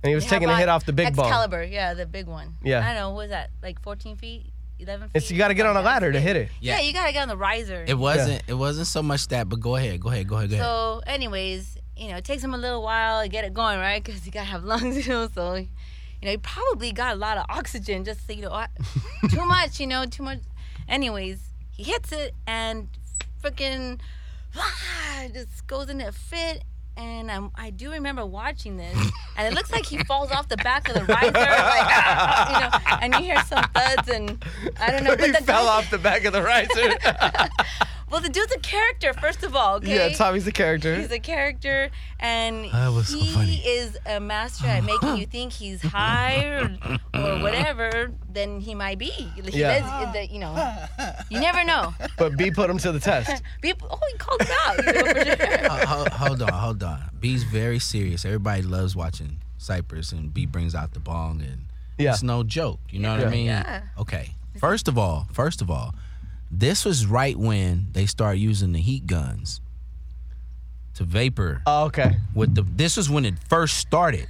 S2: And he was
S3: How
S2: taking a
S3: about
S2: hit off the big ball.
S3: Excalibur, yeah, the big one.
S2: Yeah.
S3: I don't know, what was that? Like 14 feet? 11 feet?
S2: It's you got to get on a
S3: Like, that's
S2: ladder to
S3: big.
S2: hit it.
S3: Yeah.
S4: Yeah.
S3: you got to get on the riser.
S4: It wasn't. It wasn't so much that. But go ahead. Go ahead. Go ahead. Go ahead.
S3: so, anyways, you know, it takes him a little while to get it going, right? Because you got to have lungs, you know, so, you know, he probably got a lot of oxygen just, you know, I- too much, you know, too much. Anyways, he hits it and freaking just goes in a fit. And I'm, I do remember watching this, and it looks like he falls off the back of the riser, like, ah, you know, and you hear some thuds, and I don't know. But
S2: he
S3: the
S2: fell
S3: dude-
S2: off the back of the riser.
S3: Well, the dude's a character, first of all. Okay?
S2: yeah, Tommy's a character.
S3: He's a character, and
S4: That was so
S3: he
S4: funny.
S3: is a master at making you think he's high or, or whatever than he might be. He
S2: Yeah.
S3: does- the- you know, you never know.
S2: but B put him to the test.
S3: People, oh, he called it out. You know, for sure.
S4: Ho- ho- hold on. Hold on. B's very serious. Everybody loves watching Cypress, and B brings out the bong, and
S2: Yeah.
S4: it's no joke. You know what
S2: Yeah.
S4: I mean?
S3: Yeah.
S4: Okay. First of all, first of all, this was right when they started using the heat guns to vapor
S2: Oh, okay.
S4: with the. This was when it first started.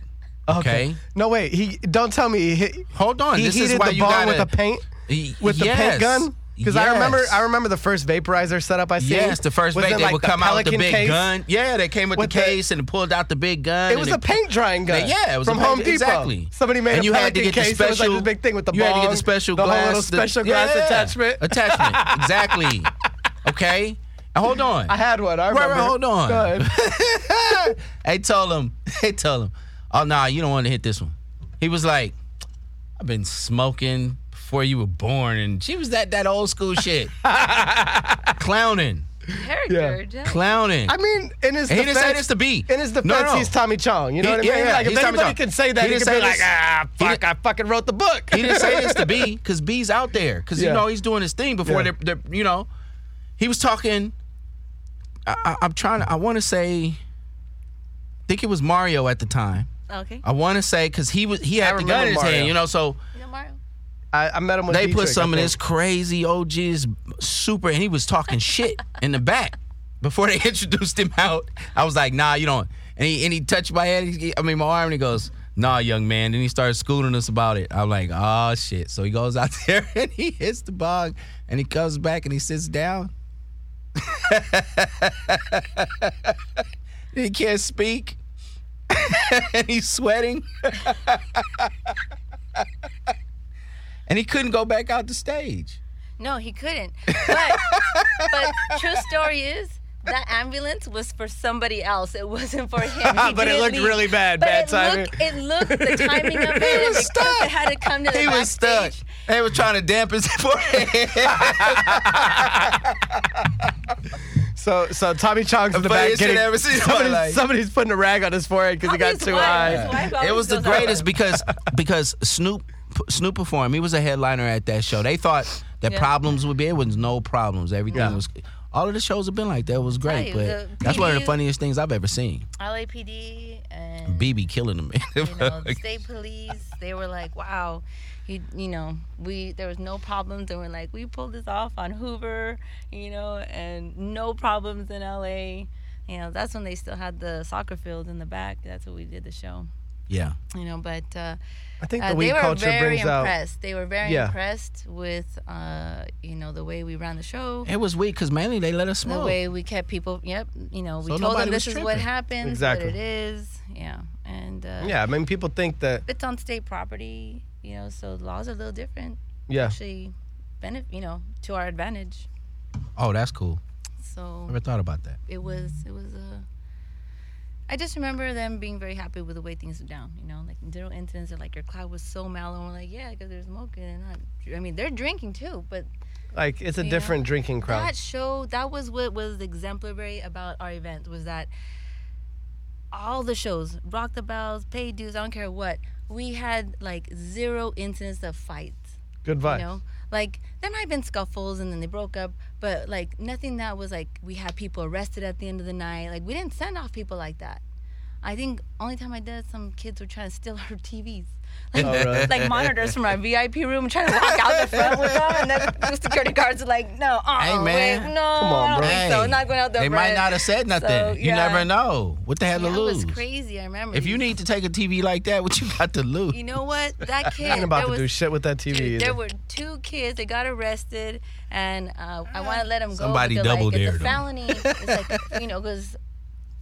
S4: Okay.
S2: No wait, he don't tell me he hit,
S4: Hold on.
S2: he
S4: this
S2: heated
S4: is why
S2: the
S4: you
S2: bong
S4: gotta,
S2: with the paint
S4: Y-
S2: with the paint
S4: yes.
S2: gun. Because I remember,
S4: Yes.
S2: I remember the first vaporizer setup I seen.
S4: Yes, the first
S2: was
S4: vape
S2: in,
S4: they
S2: like,
S4: would
S2: the
S4: come out with the
S2: Pelican
S4: big
S2: case.
S4: gun. Yeah, they came with,
S2: With
S4: the
S2: the-
S4: case and pulled out the big gun.
S2: It
S4: and
S2: was a paint drying gun.
S4: They- yeah, it was
S2: from
S4: a paint-
S2: Home Depot.
S4: exactly.
S2: Somebody made
S4: and
S2: a
S4: you had to
S2: Pelican
S4: get the
S2: case.
S4: special.
S2: it was like this big thing with the
S4: you had to get
S2: bong,
S4: the special
S2: the
S4: glass,
S2: whole little
S4: the-
S2: special glass
S4: yeah,
S2: attachment.
S4: Attachment, exactly. Okay, and hold on.
S2: I had one. I
S4: Right,
S2: remember.
S4: right, hold on.
S2: Go ahead.
S4: I told him, I told him, oh nah, you don't want to hit this one. He was like, I've been smoking before you were born, and she was that that old school shit, clowning,
S3: character. Yeah.
S4: clowning.
S2: I mean, in his
S4: And
S2: defense,
S4: he didn't say this to B.
S2: in his defense,
S4: No, no.
S2: he's Tommy Chong. You know
S4: He-
S2: what I mean?
S4: yeah, yeah,
S2: Like, if
S4: he's Tommy
S2: anybody
S4: Chong.
S2: can say that,
S4: He
S2: he,
S4: didn't
S2: could be
S4: say
S2: like,
S4: this-
S2: ah,
S4: he
S2: fuck, I fucking wrote the book.
S4: He didn't say this to B because B's out there because
S2: Yeah.
S4: you know he's doing his thing before
S2: Yeah.
S4: they're, they're you know he was talking. I, I, I'm trying to. I want to say. I think it was Mario at the time.
S3: Okay.
S4: I want to say because he was he had the gun
S2: remember
S4: in his
S2: Mario.
S4: hand, you know. So
S3: You know, Mario?
S2: I, I met him with
S4: they put
S2: Dietrich,
S4: some
S2: I
S4: of
S2: think.
S4: this crazy OG's super, and he was talking shit in the back before they introduced him out. I was like, nah, you don't. And he and he touched my head. he- I mean, my arm. And he goes, nah, young man. Then he started schooling us about it. I'm like, oh shit. So he goes out there and he hits the bug, and he comes back and he sits down. he can't speak. and he's sweating. And he couldn't go back out the stage.
S3: No, he couldn't. But, but true story is that ambulance was for somebody else. It wasn't for him. He
S2: But it
S3: did
S2: looked
S3: leave.
S2: really bad,
S3: But
S2: bad
S3: it
S2: timing.
S3: Looked, it looked the timing of it.
S4: He
S3: it
S4: was
S3: looked-
S4: stuck.
S3: It had to come to the
S4: He was stuck.
S3: backstage.
S4: They was trying to dampen his forehead.
S2: So, so Tommy Chong's in the back
S4: Funniest shit
S2: getting.
S4: I ever seen in my
S2: somebody's,
S4: life.
S2: somebody's putting a rag on his forehead because he got
S3: His
S2: too
S3: wife-
S2: high.
S3: his wife
S4: it
S3: always
S4: was the
S3: goes out
S4: greatest because because Snoop Snoop performed. He was a headliner at that show. They thought that
S3: Yeah.
S4: problems would be. It was no problems. Everything
S2: Yeah.
S4: was. All of the shows have been like that. It was great,
S3: you,
S4: but
S3: the
S4: that's one of the
S3: PD
S4: funniest things I've ever seen.
S3: LAPD and
S4: BB killing them.
S3: you know, the state police, they were like, wow, you, you know, we there was no problems, and we're like, we pulled this off on Hoover, you know, and no problems in LA. You know, that's when they still had the soccer field in the back. That's what we did the show.
S4: yeah,
S3: You know, but uh,
S2: I think
S3: uh,
S2: the
S3: they
S2: weed
S3: were
S2: culture
S3: very
S2: brings out.
S3: impressed. They were very
S2: Yeah.
S3: impressed with, uh, you know, the way we ran the show.
S4: it was weak because mainly they let us
S3: The
S4: smoke.
S3: way we kept people, yep, you know, we
S4: So
S3: told them
S4: nobody
S3: this
S4: was
S3: is what
S4: tripping.
S3: happens,
S2: Exactly.
S3: what it is, yeah, and uh,
S2: Yeah, I mean, people think that.
S3: it's on state property, you know, so the laws are a little different.
S2: Yeah,
S3: Actually, benefit, you know, to our advantage.
S4: oh, that's cool.
S3: So
S4: Never thought about that.
S3: it was, it was a. I I just remember them being very happy with the way things were down. You know, like zero incidents. They're like your cloud was so mellow. And we're like, yeah, because they're smoking and not. I mean, they're drinking too, but
S2: Like it's a
S3: Yeah.
S2: different drinking crowd.
S3: that show that was what was exemplary about our event was that all the shows, rock the bells, pay dues, I don't care what, we had like zero incidents of fights.
S2: Good vibes.
S3: You know, like there might have been scuffles and then they broke up, but like nothing that was like we had people arrested at the end of the night. Like we didn't send off people like that. I think only time I did, some kids were trying to steal our TVs,
S4: Oh,
S3: like,
S2: really?
S3: like monitors from our VIP room, trying to walk out the front with them, and then the security guards are like, "No, uh,
S4: Hey, man.
S3: wait, no,
S2: Come on,
S3: I don't
S2: bro.
S3: think so not going out there."
S4: They might
S3: Brad."
S4: not have said nothing.
S3: So,
S4: You
S3: yeah.
S4: never know. What the hell
S3: Yeah,
S4: to
S3: it was
S4: lose?
S3: crazy. I remember.
S4: If you need to take a TV like that, what you got to lose?
S3: you know what, that kid
S2: I ain't about
S3: there
S2: to
S3: was
S2: do shit with that TV.
S3: Dude,
S2: either.
S3: there were two kids that got arrested, and uh, I want to let them go.
S4: Somebody
S3: but they're
S4: double
S3: like,
S4: dared
S3: It's
S4: 'em.
S3: a felony. it's like you know, because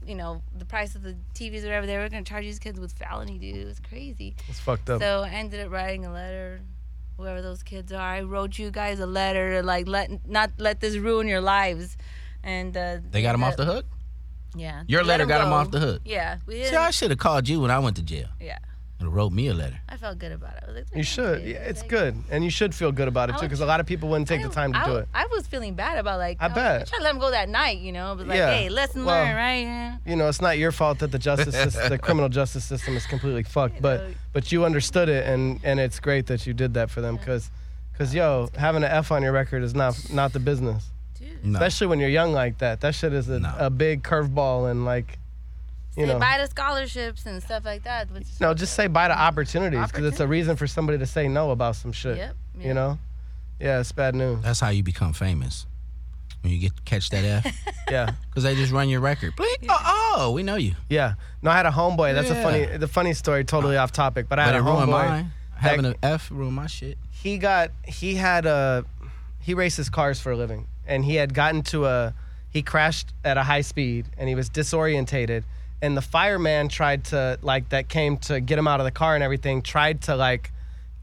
S3: you know the price of the TVs, or whatever. They were gonna charge these kids with felony, dude. It was crazy.
S2: it's fucked up.
S3: So I ended up writing a letter. Whoever those kids are, I wrote you guys a letter to like let not let this ruin your lives. And uh,
S4: They got him off the hook?
S3: Yeah,
S4: Your
S3: Let
S4: letter
S3: 'em
S4: got 'em
S3: go.
S4: off the hook.
S3: Yeah, we didn't.
S4: See, I should have called you when I went to jail.
S3: yeah,
S4: And wrote me a letter.
S3: I felt good about it. I was like,
S2: you
S3: "Look,
S2: should.
S3: dude,
S2: Yeah, it's
S3: like-
S2: good, and you should feel good about it
S3: I
S2: too,
S3: would-
S2: because a lot of people wouldn't take the
S3: I-
S2: time to
S3: I,
S2: do it.
S3: I was feeling bad about like
S2: I
S3: was-
S2: bet.
S3: I tried to let him go that night, you know, but like,
S2: Yeah.
S3: hey, lesson
S2: Well,
S3: learned, right? Yeah.
S2: You know, it's not your fault that the justice, system, the criminal justice system, is completely fucked, but
S3: know.
S2: but you understood it, and and it's great that you did that for them, because because yo, having an F on your record is not not the business,
S3: Dude.
S4: No.
S2: especially when you're young like that. That shit is a,
S4: No.
S2: a big curveball, and like, you
S3: Say
S2: know,
S3: bye to scholarships and stuff like that. Which is
S2: no, just say bye to opportunities, because it's a reason for somebody to say no about some shit.
S3: Yep,
S2: You
S3: yep.
S2: know, yeah, it's bad news.
S4: That's how you become famous. When you get catch that F.
S2: Yeah.
S4: Because they just run your record. Blink. Oh, oh, we know you.
S2: Yeah. No, I had a homeboy. That's a
S4: Yeah.
S2: funny the funny story, totally off topic. But I
S4: But
S2: had
S4: it
S2: a
S4: ruined
S2: homeboy.
S4: mine. Having an F ruined my shit.
S2: He got he had a he races cars for a living. And he had gotten to a he crashed at a high speed and he was disorientated. And the fireman tried to like that came to get him out of the car and everything, tried to like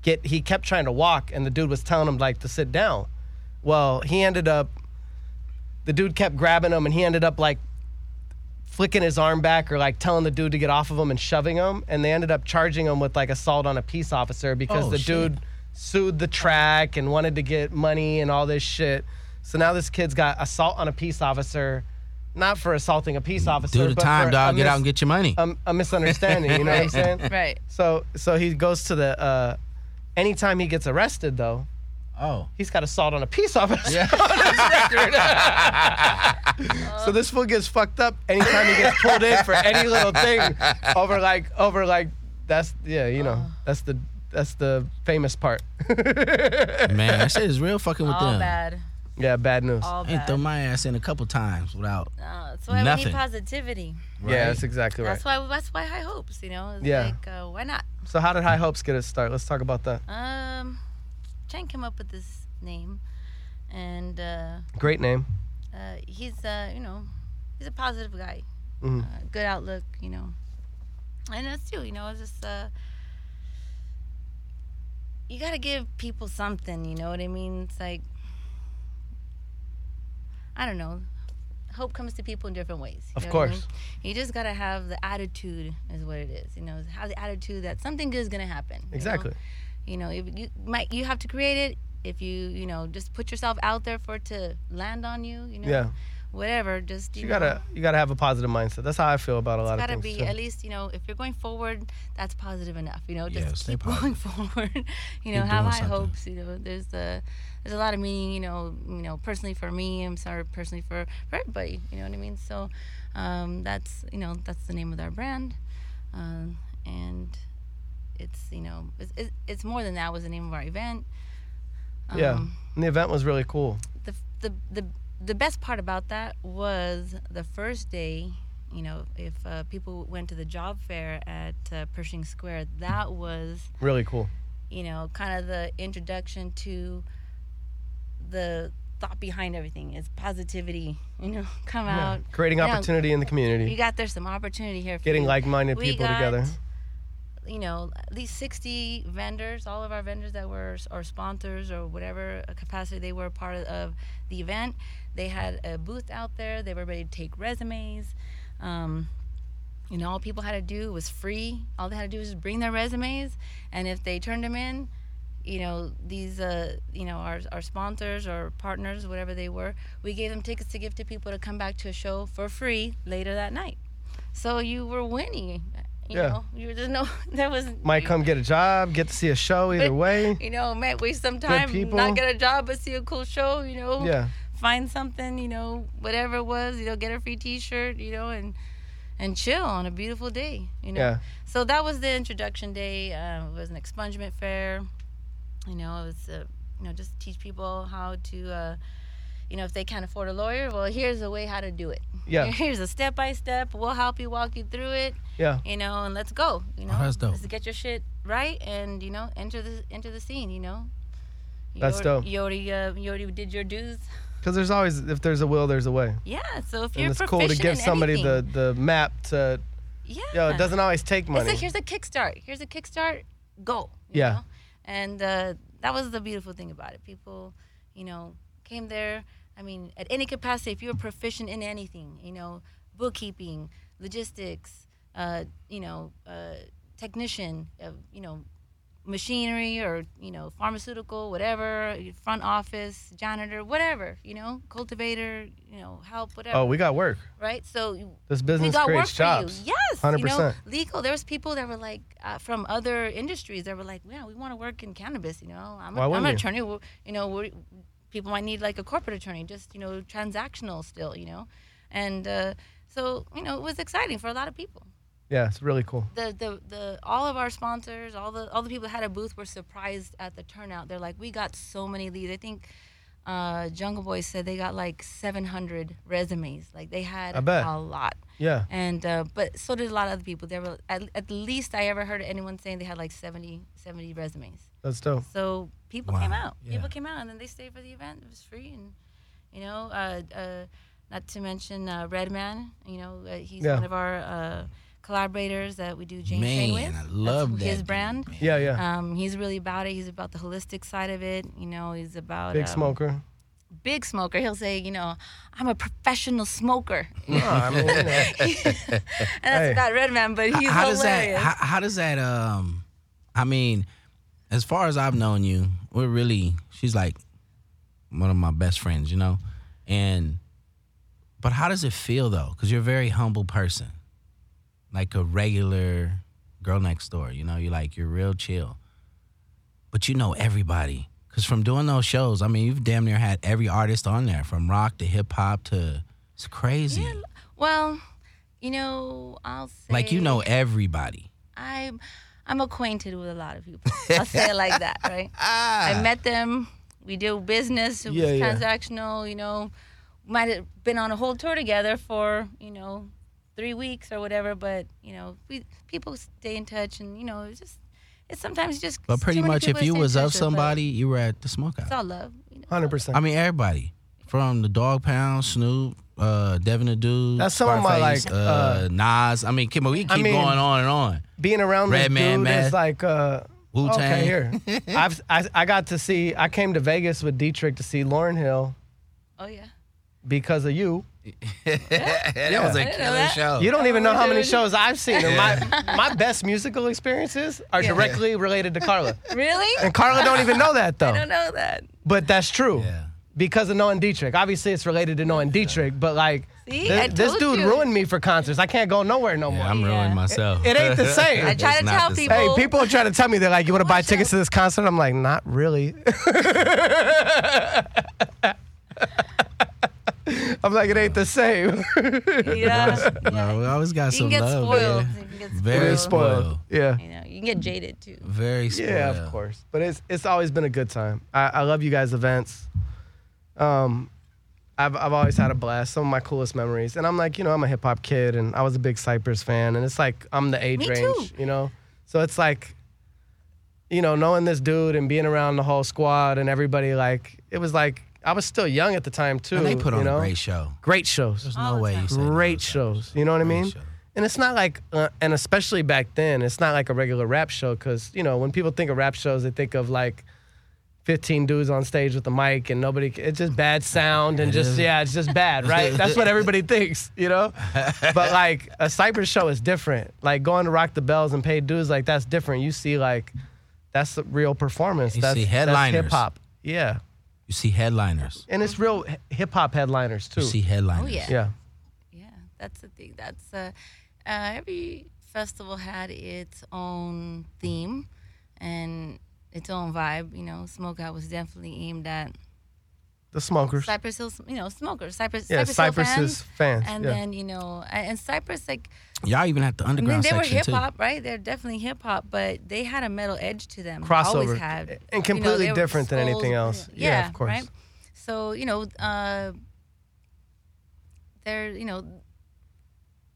S2: get he kept trying to walk and the dude was telling him like to sit down. Well, he ended up the dude kept grabbing him and he ended up like flicking his arm back or like telling the dude to get off of him and shoving him and they ended up charging him with like assault on a peace officer because
S4: Oh,
S2: the
S4: shit.
S2: dude sued the track and wanted to get money and all this shit so now this kid's got assault on a peace officer not for assaulting a peace officer
S4: Mm, Do the
S2: but
S4: time,
S2: for
S4: dog.
S2: a
S4: Get
S2: mis-
S4: out and get your money.
S2: a, a misunderstanding you know what i'm saying
S3: right.
S2: so so he goes to the uh anytime he gets arrested though
S4: oh.
S2: he's got assault on a peace officer so this fool gets fucked up anytime he gets pulled in for any little thing over like over like that's yeah you know that's the that's the famous part
S4: Man, that shit is real fucking with
S3: All
S4: them.
S3: bad.
S2: yeah bad news
S3: All bad.
S4: Ain't throw my ass in a couple times without.
S3: Uh, that's why we
S4: Nothing.
S3: need positivity.
S2: yeah
S4: right?
S2: that's exactly right
S3: That's why. That's why high hopes. You know. It's
S2: Yeah.
S3: Like, uh, why not?
S2: so how did high hopes get its start let's talk about that
S3: Um, Chen came up with this name, and uh,
S2: great name
S3: uh, he's uh, you know, he's a positive guy.
S2: Mhm.
S3: Uh, good outlook, you know. And that's too, you know, it's just uh you gotta give people something, you know what I mean? It's like I don't know. Hope comes to people in different ways. you
S2: Of
S3: know what I mean?
S2: course.
S3: You just gotta have the attitude is what it is, you know, have the attitude that something good is gonna happen. you know?
S2: exactly
S3: you know if you might you have to create it if you you know just put yourself out there for it to land on you you know
S2: Yeah.
S3: whatever just you,
S2: you
S3: know,
S2: gotta you gotta have a positive mindset that's how i feel about a lot
S3: it's gotta
S2: of things
S3: be
S2: too.
S3: at least you know if you're going forward that's positive enough you know just
S4: Yes, stay
S3: keep going forward you know have
S4: Keep doing
S3: high
S4: something.
S3: hopes you know there's a there's a lot of meaning you know you know personally for me i'm sorry personally for, for everybody you know what i mean so um, that's you know that's the name of our brand um, and it's you know it's, it's, it's more than that was the name of our event Um,
S2: yeah and the event was really cool
S3: the the the the best part about that was the first day. You know, if uh, people went to the job fair at uh, Pershing Square, that was
S2: really cool
S3: you know kind of the introduction to the thought behind everything is positivity. You know, come out.
S2: creating
S3: Uh, Yeah.
S2: opportunity in the
S3: You
S2: community
S3: got there's some opportunity here. For
S2: getting
S3: you.
S2: like-minded
S3: We
S2: people
S3: got-
S2: together
S3: you know, at least 60 vendors, all of our vendors that were or sponsors or whatever capacity they were part of the event, they had a booth out there. They were ready to take resumes. Um, You know, all people had to do was free. All they had to do was just bring their resumes, and if they turned them in, you know, these, uh, you know, our, our sponsors or partners, whatever they were, we gave them tickets to give to people to come back to a show for free later that night. So you were winning. You
S2: Yeah.
S3: know, you were just no, there was
S2: Might come get a job, get to see a show either way.
S3: You know, might waste some time,
S2: people.
S3: not get a job, but see a cool show. You know,
S2: Yeah.
S3: find something, you know, whatever it was, you know, get a free T-shirt, you know, and and chill on a beautiful day, you know.
S2: Yeah.
S3: So that was the introduction day. Uh, it was an expungement fair. You know, it was uh, you know just teach people how to, uh, you know, if they can't afford a lawyer, well, here's a way how to do it.
S2: Yeah.
S3: Here's a step by step. We'll help you walk you through it.
S2: Yeah.
S3: You know, and let's go. You know,
S4: Oh, that's dope.
S3: Let's get your shit right and you know enter the enter the scene. You know. You
S2: That's
S3: alre-
S2: dope.
S3: You already uh, you already did your dues.
S2: Because there's always, if there's a will, there's a way.
S3: Yeah, so if
S2: and
S3: you're
S2: it's cool to
S3: proficient
S2: give
S3: in
S2: somebody
S3: anything,
S2: the the map to.
S3: yeah,
S2: Yo, it doesn't always take
S3: It's
S2: money.
S3: like here's a kickstart. Here's a kickstart. Go. you
S2: Yeah.
S3: know? And uh, that was the beautiful thing about it. People, you know, came there. I mean, at any capacity, if you were proficient in anything, you know, bookkeeping, logistics, uh, you know, uh, technician, uh, you know, machinery or you know pharmaceutical whatever front office janitor whatever you know cultivator you know help whatever
S2: oh, we got work.
S3: right? So you-
S2: This business
S3: we got
S2: creates
S3: work
S2: jobs.
S3: For you. Yes, you know,
S2: 100%.
S3: legal. There was people that were like uh, from other industries that were like, yeah, we want to work in cannabis. You know, I'm,
S2: Why
S3: a, I'm
S2: wouldn't
S3: an
S2: you?
S3: attorney. We're- You know, we're, people might need like a corporate attorney, just you know, transactional still. You know, and uh, so you know, it was exciting for a lot of people.
S2: Yeah, it's really cool.
S3: The, the the all of our sponsors, all the all the people that had a booth were surprised at the turnout. They're like, we got so many leads. I think. Uh, Jungle Boys said they got like 700 resumes. Like they had
S2: I bet.
S3: a lot
S2: Yeah.
S3: and uh, but so did a lot of other people. There were at, at least I ever heard anyone saying they had like 70, 70 resumes.
S2: That's dope.
S3: So people
S4: Wow.
S3: came out.
S4: Yeah.
S3: People came out, and then they stayed for the event. It was free, and you know, uh, uh, not to mention uh, Redman. You know, uh, he's
S2: Yeah.
S3: one of our uh, collaborators that we do Jane
S4: Man,
S3: Train with.
S4: I
S3: That's
S4: love that
S3: his
S4: dude,
S3: brand.
S4: man.
S2: Yeah, yeah.
S3: Um, he's really about it. He's about the holistic side of it. You know, he's about
S2: Big
S3: um,
S2: smoker.
S3: Big smoker. He'll say, you know, I'm a professional smoker.
S2: No, I mean, you know,
S3: And that's
S2: Hey.
S3: not Redman, but he's
S4: how
S3: hilarious.
S4: does that? How, how does that? Um, I mean, as far as I've known you, we're really. She's like one of my best friends, you know, and. But how does it feel though? Because you're a very humble person, like a regular girl next door. You know, you're like you're real chill, but you know everybody. Because from doing those shows, I mean, you've damn near had every artist on there, from rock to hip hop to it's crazy.
S3: Yeah, Well, you know, I'll say
S4: like you know everybody.
S3: I'm I'm acquainted with a lot of people. I'll say it like that, right?
S4: Ah,
S3: I met them. We do business. It was
S2: Yeah, yeah.
S3: transactional. You know, might have been on a whole tour together for you know three weeks or whatever. But you know, we people stay in touch, and you know, it's just it's sometimes just.
S4: But
S3: too
S4: pretty
S3: many
S4: much,
S3: people
S4: if
S3: to
S4: you
S3: stay in
S4: was of
S3: touch with, but
S4: somebody, you were at the
S3: it's
S4: smokeout.
S3: all love. You know?
S2: 100%.
S4: I mean, everybody from the Dog Pound, Snoop, uh, Devin the Dude,
S2: That's some of my,
S4: Scarface,
S2: like,
S4: uh, Nas. I mean, Kim, we keep
S2: I mean-
S4: going on and on.
S2: Being around this
S4: Red Man,
S2: dude
S4: man.
S2: is like, uh,
S4: Wu Tang.
S2: okay, here. I've, I, I got to see, I came to Vegas with Dietrich to see Lauren Hill
S3: Oh yeah.
S2: because of you.
S4: That was a
S3: didn't know that.
S4: show.
S2: You don't even know how many
S3: dude.
S2: shows I've seen. And My, my best musical experiences are
S3: Yeah.
S2: directly related to Carla.
S3: Really?
S2: And Carla don't even know that though.
S3: I don't know that.
S2: But that's true.
S4: Yeah.
S2: Because of knowing Dietrich. Obviously, it's related to knowing Dietrich, but like,
S3: See,
S2: thi-
S3: I
S2: this
S3: told
S2: dude
S3: you.
S2: ruined me for concerts. I can't go nowhere no more.
S4: Yeah, I'm
S3: Oh, Yeah.
S4: ruining myself.
S2: It ain't the same. I
S3: try to
S4: It's not
S3: tell
S4: the same.
S3: people-
S2: hey, people are trying to tell me they're like, you want to buy
S3: Watch
S2: tickets
S3: out.
S2: to this concert? I'm like, not really. I'm like, it ain't the same.
S3: Yeah.
S4: No, we always got
S3: You can
S4: some
S3: get
S4: love.
S3: spoiled.
S4: man.
S3: You can get
S4: Very
S2: It's spoiled.
S4: spoiled.
S2: Yeah.
S3: You know, you can get jaded too.
S4: Very spoiled.
S2: Yeah, of course. But it's it's always been a good time. I, I love you guys' events. Um, I've I've always had a blast. Some of my coolest memories. And I'm like, you know, I'm a hip hop kid, and I was a big Cypress fan, and it's like I'm the age
S3: Me
S2: range,
S3: too.
S2: you know. So it's like, you know, knowing this dude and being around the whole squad and everybody, like it was like I was still young at the time too.
S4: And they put
S2: you
S4: on
S2: know?
S4: a great show.
S2: great shows
S4: There's no
S3: the
S4: way you said
S2: great shows. You know what I
S4: Great
S2: mean?
S4: show.
S2: And it's not like, uh, and especially back then, it's not like a regular rap show because you know when people think of rap shows, they think of like 15 dudes on stage with a mic and nobody c- it's just bad sound and
S4: It
S2: just
S4: is.
S2: yeah it's just bad right that's what everybody thinks you know but like a cypress show is different like going to rock the bells and pay dudes like that's different you see like that's the real performance
S4: You
S2: that's,
S4: see headliners.
S2: hip hop yeah
S4: You see headliners.
S2: and it's real hip hop headliners too
S4: You see headliners.
S3: Oh, yeah.
S2: yeah
S3: Yeah, that's the thing. That's uh, uh, every festival had its own theme and its own vibe. You know, Smokeout was definitely aimed at
S2: the smokers
S3: Cypress Hill, you know, smokers, Cypress,
S2: Yeah,
S3: Cypress, Hill
S2: Cypress's
S3: fans,
S2: fans,
S3: and
S2: yeah.
S3: then you know, a- and Cypress like,
S4: Y'all even at the
S3: I mean,
S4: underground
S3: they were
S4: section
S3: hip
S4: too.
S3: hop, right? They're definitely hip hop, but they had a metal edge to them. They
S2: Crossover.
S3: always
S2: And
S3: had, You know,
S2: completely
S3: they were
S2: different than anything else.
S3: you know,
S2: Yeah,
S3: Yeah,
S2: of course.
S3: Right? So you know, uh, they're you know,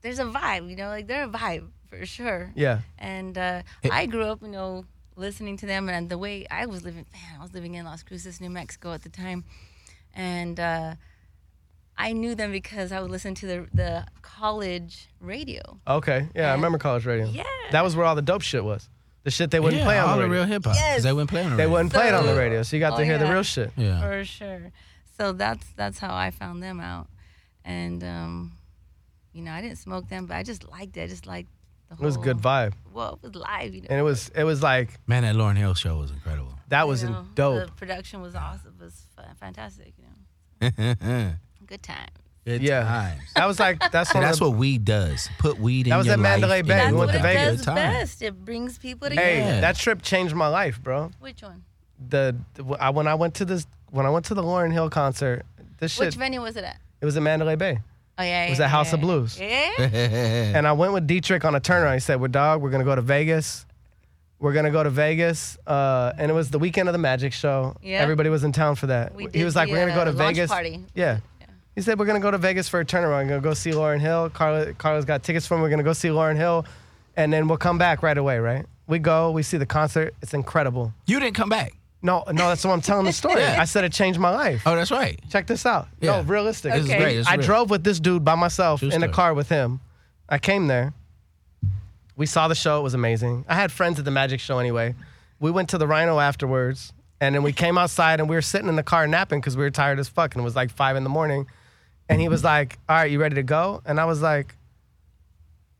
S3: there's a vibe, you know, like they're a vibe for sure.
S2: yeah
S3: And uh,
S4: Hey.
S3: I grew up, you know, listening to them, and the way I was living, man, I was living in Las Cruces, New Mexico at the time, and uh, I knew them because I would listen to the the college radio.
S2: okay yeah I remember college radio
S3: Yeah.
S2: that was where all the dope shit was the shit they wouldn't
S4: yeah,
S2: play on
S4: all
S2: the
S4: the
S2: radio
S4: real hip hop. 'cause
S3: Yes.
S4: They wouldn't play on the
S2: they
S4: radio.
S2: wouldn't play it on the
S3: So-
S2: radio so you got to
S3: Oh,
S2: hear the
S3: yeah.
S2: real shit
S4: Yeah.
S3: for sure. So that's that's how I found them out, and um, you know I didn't smoke them, but I just liked it. I just liked the
S2: it
S3: whole.
S2: was good vibe
S3: Well, it was live, you know.
S2: and it was it was like
S4: Man, that Lauren Hill show was incredible.
S2: that was
S3: you
S2: in
S3: know,
S2: dope
S3: The production was awesome. It was fa- fantastic, you know.
S4: Good
S3: Good time.
S2: Yeah.
S4: times.
S2: That was like that's
S4: See,
S2: one of
S4: that's
S2: the-
S4: what weed does. Put weed in
S2: That was
S4: your
S2: at
S4: life
S2: Mandalay
S4: and
S2: Bay.
S4: you
S3: That's
S2: We
S4: will
S2: went
S3: what
S2: to
S4: have a
S3: it
S4: good
S2: Vegas.
S3: does
S4: time.
S3: best. It brings people together.
S2: Hey,
S4: Yeah.
S2: that trip changed my life, bro.
S3: Which one?
S2: The, the I, when I went to this when I went to the Lauren Hill concert, this shit
S3: Which venue was it at?
S2: it was in Mandalay Bay,
S3: Oh yeah,
S2: It was
S3: yeah,
S2: at House
S3: yeah,
S2: of
S3: yeah.
S2: Blues.
S3: Yeah.
S2: and I went with Dietrich on a turnaround. He said, "We're dog. We're gonna go to Vegas. We're gonna go to Vegas." Uh, and it was the weekend of the Magic Show.
S3: Yeah.
S2: Everybody was in town for that.
S3: We
S2: he
S3: did
S2: was like,
S3: the,
S2: "We're gonna go to
S3: uh, launch
S2: Vegas."
S3: party.
S2: Yeah. He said, "We're gonna go to Vegas for a turnaround. We're gonna go see Lauren Hill. Carla, Carla's got tickets for him. We're gonna go see Lauren Hill, and then we'll come back right away. Right? We go. We see the concert. It's incredible."
S4: you didn't come back.
S2: No, no, that's what I'm telling the story. I said it changed my life.
S4: Oh, that's right.
S2: Check this out.
S4: Yeah.
S2: No, realistic.
S4: This is
S3: Okay.
S4: great. This is
S2: I
S4: real.
S2: drove with this dude by myself
S4: True
S2: in a
S4: story.
S2: car with him. I came there. We saw the show. It was amazing. I had friends at the Magic Show anyway. We went to the Rhino afterwards, and then we came outside and we were sitting in the car napping because we were tired as fuck, and it was like five in the morning. And he was like, "All right, you ready to go?" And I was like,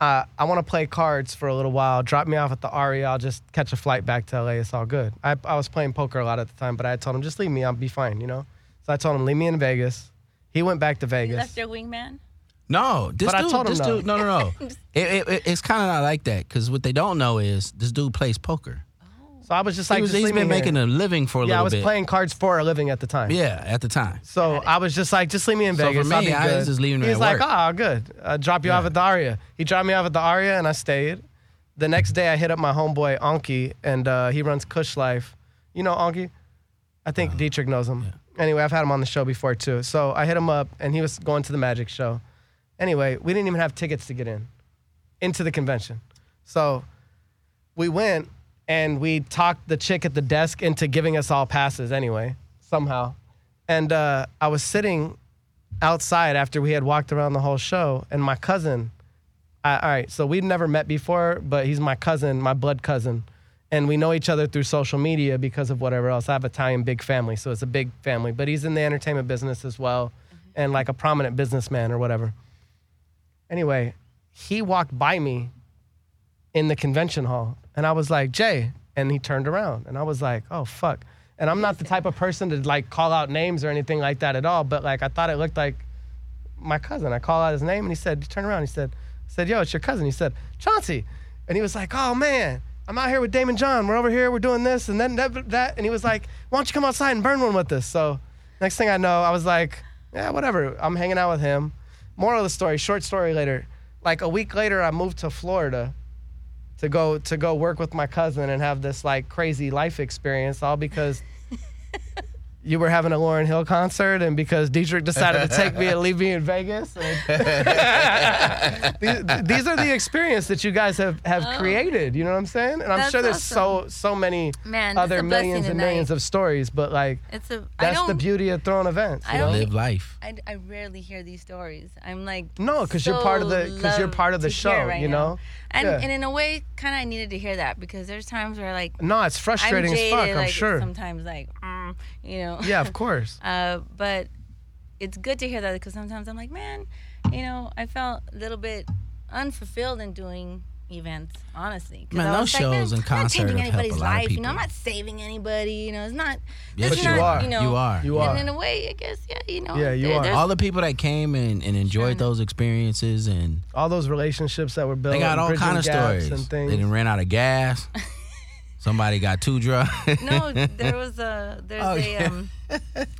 S2: uh, "I want to play cards for a little while. Drop me off at the RE. I'll just catch a flight back to LA. It's all good." I, I was playing poker a lot at the time, but I told him, "Just leave me. I'll be fine," you know. So I told him, "Leave me in Vegas." He went back to
S3: You
S2: Vegas.
S3: left your wingman.
S4: No, this
S2: But I
S4: dude,
S2: told him
S4: this
S2: no.
S4: dude, no, no, no. it, it, it- it's kind of not like that because what they don't know is this dude plays poker.
S2: So I was just
S4: He
S2: like,
S4: was,
S2: just
S4: he's
S2: leave me
S4: been
S2: here.
S4: making a living for a
S2: Yeah,
S4: little
S2: I was
S4: bit.
S2: playing cards for a living at the time.
S4: Yeah, at the time.
S2: So I was just like, just leave me in
S4: So for
S2: Vegas. I'll
S4: me,
S2: be
S4: I was
S2: good.
S4: just leaving him
S2: He was
S4: at
S2: like,
S4: work.
S2: oh, good. I drop you off at the Aria. He dropped me off at the Aria, and I stayed. The next day, I hit up my homeboy Anki, and uh, he runs Kush Life. You know Anki? I
S4: Uh-huh.
S2: think Dietrich knows him. Anyway, I've had him on the show before too. So I hit him up, and he was going to the Magic Show. Anyway, we didn't even have tickets to get in into the convention. So we went and we talked the chick at the desk into giving us all passes anyway, somehow. And uh, I was sitting outside after we had walked around the whole show, and my cousin, I, all right, so we'd never met before, but he's my cousin, my blood cousin. And we know each other through social media because of whatever else. I have Italian big family, so it's a big family. But he's in the entertainment business as well, and like a prominent businessman or whatever. Anyway, he walked by me in the convention hall. And I was like, Jay. And he turned around. And I was like, oh, fuck. And I'm not the type of person to like call out names or anything like that at all. But like, I thought it looked like my cousin. I called out his name and he said, turn around. He said, I said, yo, it's your cousin. He said, Chauncey. And he was like, oh, man, I'm out here with Damon John. We're over here. We're doing this and then that. that. And he was like, why don't you come outside and burn one with us? So next thing I know, I was like, yeah, whatever. I'm hanging out with him. Moral of the story, short story later. Like a week later, I moved to Florida to go to go work with my cousin and have this like crazy life experience, all because you were having a Lauren Hill concert and because Dietrich decided to take me and leave me in Vegas. and- these, these are the experience that you guys have have created. You know what I'm saying? And I'm
S3: Oh. That's
S2: sure there's so so many
S3: Man, that's
S2: other
S3: a blessing
S2: millions and
S3: tonight.
S2: millions of stories, but like
S3: It's a. I
S2: that's
S3: don't,
S2: the beauty of throwing events.
S3: I
S2: You
S3: don't-
S2: know?
S4: Live life.
S3: I, I rarely hear these stories. I'm like
S2: No, 'cause you're part of the- 'cause you're
S3: loved
S2: part of the
S3: to hear
S2: show,
S3: right
S2: you
S3: now.
S2: know?
S3: And
S2: Yeah.
S3: and in a way, kind of I needed to hear that because there's times where like
S2: No, it's
S3: I'm
S2: frustrating as
S3: jaded,
S2: fuck. I'm
S3: like,
S2: sure.
S3: Sometimes like mm, form, you know.
S2: Yeah, of course.
S3: Uh, but it's good to hear that because sometimes I'm like, man, you know, I felt a little bit unfulfilled in doing events, honestly. 'Cause
S4: Man,
S3: I
S4: those
S3: was like,
S4: shows and
S3: I'm not
S4: concerts
S3: changing
S4: have helped
S3: anybody's
S4: a lot of
S3: life. You know, I'm
S4: people.
S3: not saving anybody. You know, it's not.
S4: Yes,
S3: this is
S2: you
S3: not,
S2: are.
S3: You, know,
S4: You are.
S2: You
S3: and
S2: are.
S3: in a way, I guess, yeah, you know.
S2: Yeah, you
S3: there-
S2: are.
S3: there's-
S4: all the people that came and, and enjoyed
S3: Sure.
S4: those experiences and
S2: All those relationships that were built.
S4: they got all
S2: bridging
S4: kind of
S2: gaps
S4: stories.
S2: and
S4: They
S2: things.
S4: didn't ran out of gas. Somebody got two drugs.
S3: no, there was a there's
S4: Oh,
S3: a
S4: yeah.
S3: um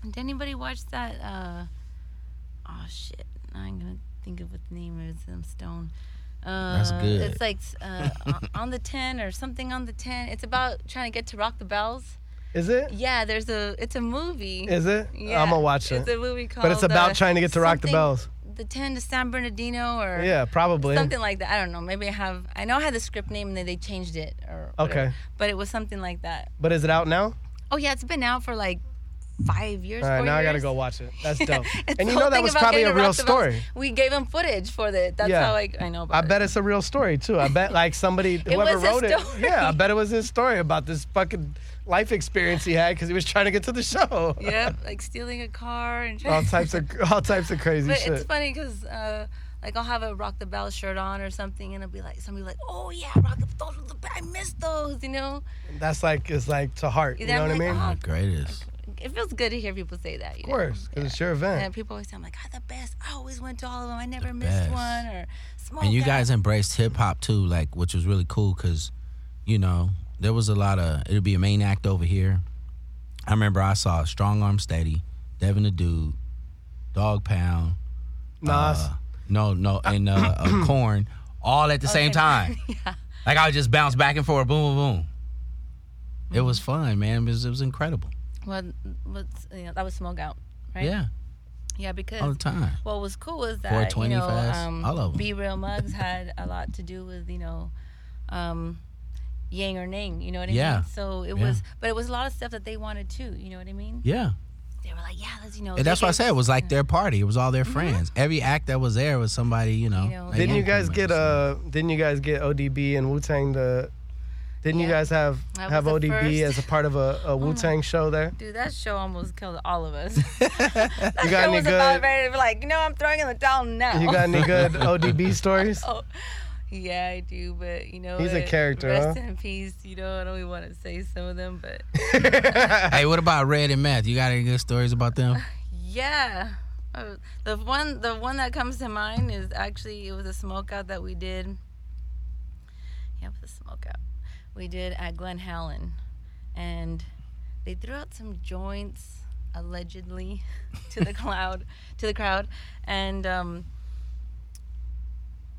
S3: did anybody watch that uh oh shit. Now I'm gonna think of what the name is um stone. Uh,
S4: good.
S3: It's like uh, on- on the ten or something on the ten. It's about trying to get to rock the bells.
S2: Is it?
S3: Yeah, there's a. It's a movie.
S2: Is it?
S3: Yeah,
S2: I'm gonna watch
S3: It's a
S2: it.
S3: movie called.
S2: But it's about
S3: uh,
S2: trying to get to rock the
S3: something-
S2: bells.
S3: The ten to San Bernardino or
S2: Yeah, probably.
S3: something like that. I don't know. Maybe I have. I know I had the script name and then they changed it or.
S2: Okay.
S3: whatever. But it was something like that.
S2: But is it out now?
S3: Oh yeah, it's been out for like five years.
S2: All right,
S3: four
S2: now I gotta
S3: years.
S2: go watch it. That's dope.
S3: It's
S2: and
S3: the
S2: you know
S3: whole
S2: that
S3: thing
S2: was
S3: about
S2: probably a
S3: getting to
S2: real
S3: Rock the Bells.
S2: story.
S3: We gave him footage for it. That's
S2: Yeah.
S3: how I, I know about
S2: I
S3: it.
S2: bet it's a real story too. I bet like somebody whoever
S3: was his
S2: wrote
S3: story.
S2: it. Yeah, I bet it was his story about this fucking life experience he had because he was trying to get to the show.
S3: Yep, like stealing a car and
S2: all types of all types of crazy
S3: But
S2: shit.
S3: it's funny because uh, like I'll have a Rock the Bell shirt on or something, and it'll be like somebody like, oh yeah, Rock the those were the be- I miss those, you know.
S2: That's like it's like to heart. You
S3: Then
S2: know what I
S3: I'm
S2: mean?
S3: like,
S2: Of
S4: the greatest.
S3: It feels good to hear people say that. You know?
S2: course, because it's your event.
S3: And people always say, I'm like, oh, the best. I always went to all of them. I never missed
S4: best.
S3: one or
S2: Oh,
S3: small.
S4: And you guys embraced hip hop too, like which was really cool because, you know, there was a lot of it'd be a main act over here. I remember I saw Strong Arm Steady, Devin the Dude, Dog Pound,
S2: Nas.
S4: uh, no, no, and uh, uh, Corn, all at the same time.
S3: yeah.
S4: Like I would just bounce back and forth, boom, boom, boom. It was
S2: Mm-hmm.
S4: fun, man. It was, it was incredible.
S3: Well, what's, you know, that was smoke out, right?
S4: Yeah, Oh,
S3: Yeah, because
S4: all the time.
S3: what was cool was that
S4: 420
S3: you know,
S4: fest,
S3: um,
S4: all of 'em.
S3: Be Real Mugs had a lot to do with you know, um, Yang or Ning. You know what I
S4: Yeah.
S3: mean? So it
S4: Yeah.
S3: was, but it was a lot of stuff that they wanted too. You know what I mean?
S4: Yeah.
S3: They were like, yeah, let's you know.
S4: And that's
S3: Oh, they
S4: what I
S3: gave
S4: said. It
S3: us-
S4: was like their party. It was all their friends. Every act that was there was somebody, you know.
S3: You know.
S4: they
S2: didn't
S4: knew
S2: you guys
S4: pretty much.
S2: get uh didn't you guys get ODB and Wu Tang the didn't you
S3: Yeah.
S2: guys have
S3: That
S2: have
S3: was the
S2: ODB
S3: first. Mm-hmm.
S2: as a part of a, a Wu Tang show there?
S3: Dude, that show almost killed all of us. that
S2: You got
S3: show
S2: any
S3: was about
S2: good-
S3: ready to be like, you know, I'm throwing in the towel now.
S2: You got any good ODB stories?
S3: Oh, yeah, I do, but you know,
S2: He's a
S3: what?
S2: character,
S3: Rest
S2: huh?
S3: in peace. You know, I don't even want to say some of them, but
S4: Hey, what about Red and Meth? You got any good stories about them?
S3: Yeah. Uh, the one the one that comes to mind is actually it was a smoke out that we did. Yeah, it was a smoke out. We did at Glen Helen. And they threw out some joints allegedly to the cloud to the crowd and um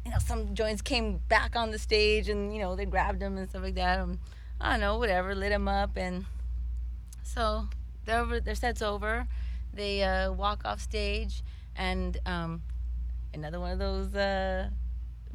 S3: you know some joints came back on the stage and you know they grabbed them and stuff like that and I don't know whatever lit them up and so they're over, their set's over they uh, walk off stage and um, another one of those uh,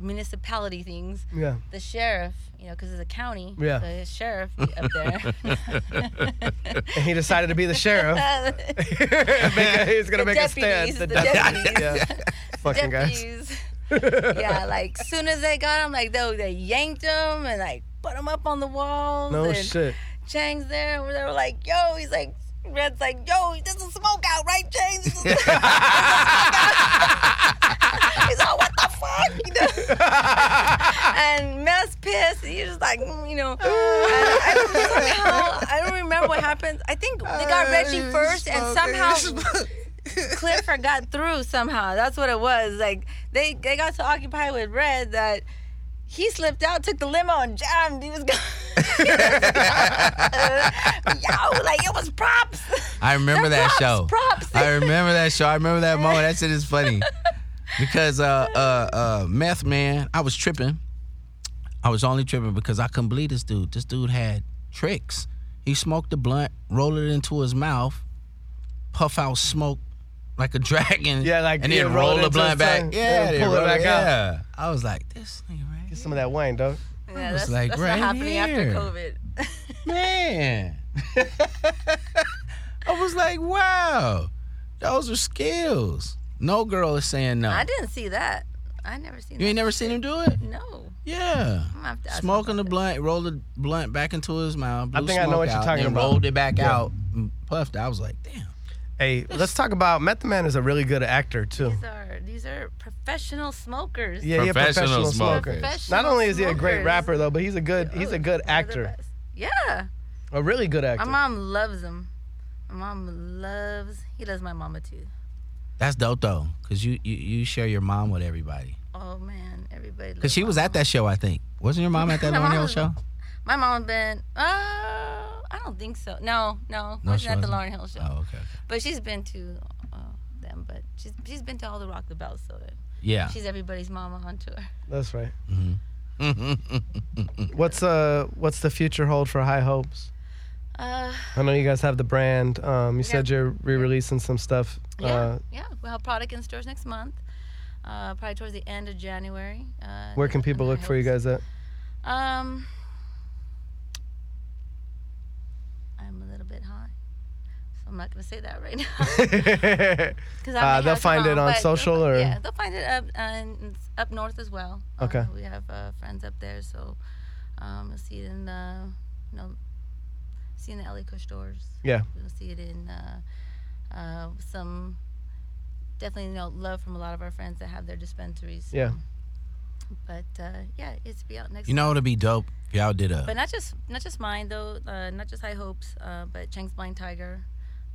S3: municipality things
S2: Yeah.
S3: the sheriff you know because it's a county
S2: Yeah.
S3: so the sheriff up there
S2: And he decided to be the sheriff. Make a- he's gonna
S3: The
S2: make a stand.
S3: deputies, the
S2: deputies.
S3: deputies.
S2: yeah. Fucking guys.
S3: Deputies. yeah like soon as they got him like they, they yanked him and like put him up on the wall
S2: No
S3: and
S2: shit.
S3: Chang's there and they were like yo he's like Red's like, yo, this is smoke out, right, Chang? This is a smoke out. He's like, "Oh, what the fuck? You know? and mess pissed. He's just like, mm, you know. And I, don't know somehow, I don't remember what happened. I think they got Reggie first, and somehow Clifford got through. Somehow, that's what it was. Like they they got so occupied with Red that he slipped out, took the limo, and jammed. He was gone. Yo, like it was props.
S4: I remember
S3: They're
S4: that
S3: props,
S4: show.
S3: props.
S4: I remember that show. I remember that moment. That shit is funny. Because uh uh uh meth man, I was tripping. I was only tripping because I couldn't believe this dude. This dude had tricks. He smoked the blunt, rolled it into his mouth, puff out smoke like a dragon.
S2: Yeah, like,
S4: and
S2: yeah,
S4: then
S2: roll
S4: roll
S2: it into
S4: the blunt
S2: his
S4: back.
S2: tongue.
S4: Yeah,
S2: And
S4: then
S2: pull it
S4: roll
S2: back out.
S4: yeah. I was like, this nigga right.
S2: Some of that wine, dog.
S3: Yeah,
S4: was
S3: that's,
S4: like,
S3: that's not
S4: right
S3: happening
S4: here.
S3: after COVID.
S4: Man. I was like, wow, those are skills. No girl is saying no.
S3: I didn't see that. I never seen
S4: You
S3: that.
S4: ain't never seen him do it?
S3: No.
S4: Yeah.
S3: I'm gonna have to ask him
S4: Smoking the
S3: about
S4: blunt, rolled the blunt back into his mouth.
S2: I
S4: blew
S2: think I know
S4: smoke
S2: what you're
S4: out,
S2: talking
S4: then
S2: about.
S4: rolled it back out, Puffed, I was like, damn.
S2: Hey, let's talk about Method Man is a really good actor too.
S3: These are these are professional smokers.
S2: Yeah, yeah,
S5: Professional
S2: professional smoker.
S5: smokers.
S3: Professional
S2: Not only is he a great
S3: smokers.
S2: rapper though, but he's a good he's a good
S3: They're the
S2: actor,
S3: best. Yeah,
S2: a really good
S3: my
S2: actor.
S3: mom loves him. My mom loves. He loves my mama too.
S4: That's dope though, cause you you, you share your mom with everybody.
S3: Oh man, everybody.
S4: Cause
S3: Loves
S4: she
S3: my
S4: was
S3: mom.
S4: at that show, I think. Wasn't your mom at that
S3: My mom
S4: L'Oreal
S3: was-
S4: show?
S3: My mom been. Uh, I don't think so. No, no,
S4: No,
S3: wasn't
S4: she
S3: at the
S4: wasn't?
S3: Lauren Hill show.
S4: Oh, okay. okay.
S3: But she's been to uh, them. But she's she's been to all the Rock the Bells. So
S4: Yeah.
S3: she's everybody's mama on tour.
S2: That's right.
S4: Mm-hmm.
S2: what's uh what's the future hold for High Hopes?
S3: Uh,
S2: I know you guys have the brand. Um, you said you're re-releasing some stuff.
S3: yeah,
S2: Uh,
S3: yeah. We'll have product in stores next month. Uh, probably towards the end of January. Uh,
S2: where can
S3: on
S2: people
S3: High
S2: look for you
S3: Hopes.
S2: guys at?
S3: Um, I'm a little bit high, so I'm not gonna say that right now. Cause I
S2: Uh,
S3: may
S2: they'll
S3: have
S2: find it
S3: tomorrow,
S2: on
S3: but-
S2: social or-
S3: yeah, they'll find it up and it's up north as well. Uh,
S2: Okay.
S3: we have uh, friends up there, so um, you'll see it in the you know, see it in the LA Kush stores.
S2: yeah.
S3: You'll see it in uh, uh, some definitely you know love from a lot of our friends that have their dispensaries.
S2: Yeah.
S3: But uh, yeah, it's be out next.
S4: You know it'd be dope if y'all did a
S3: But not just not just mine though, uh, not just High Hopes, uh, but Cheng's Blind Tiger.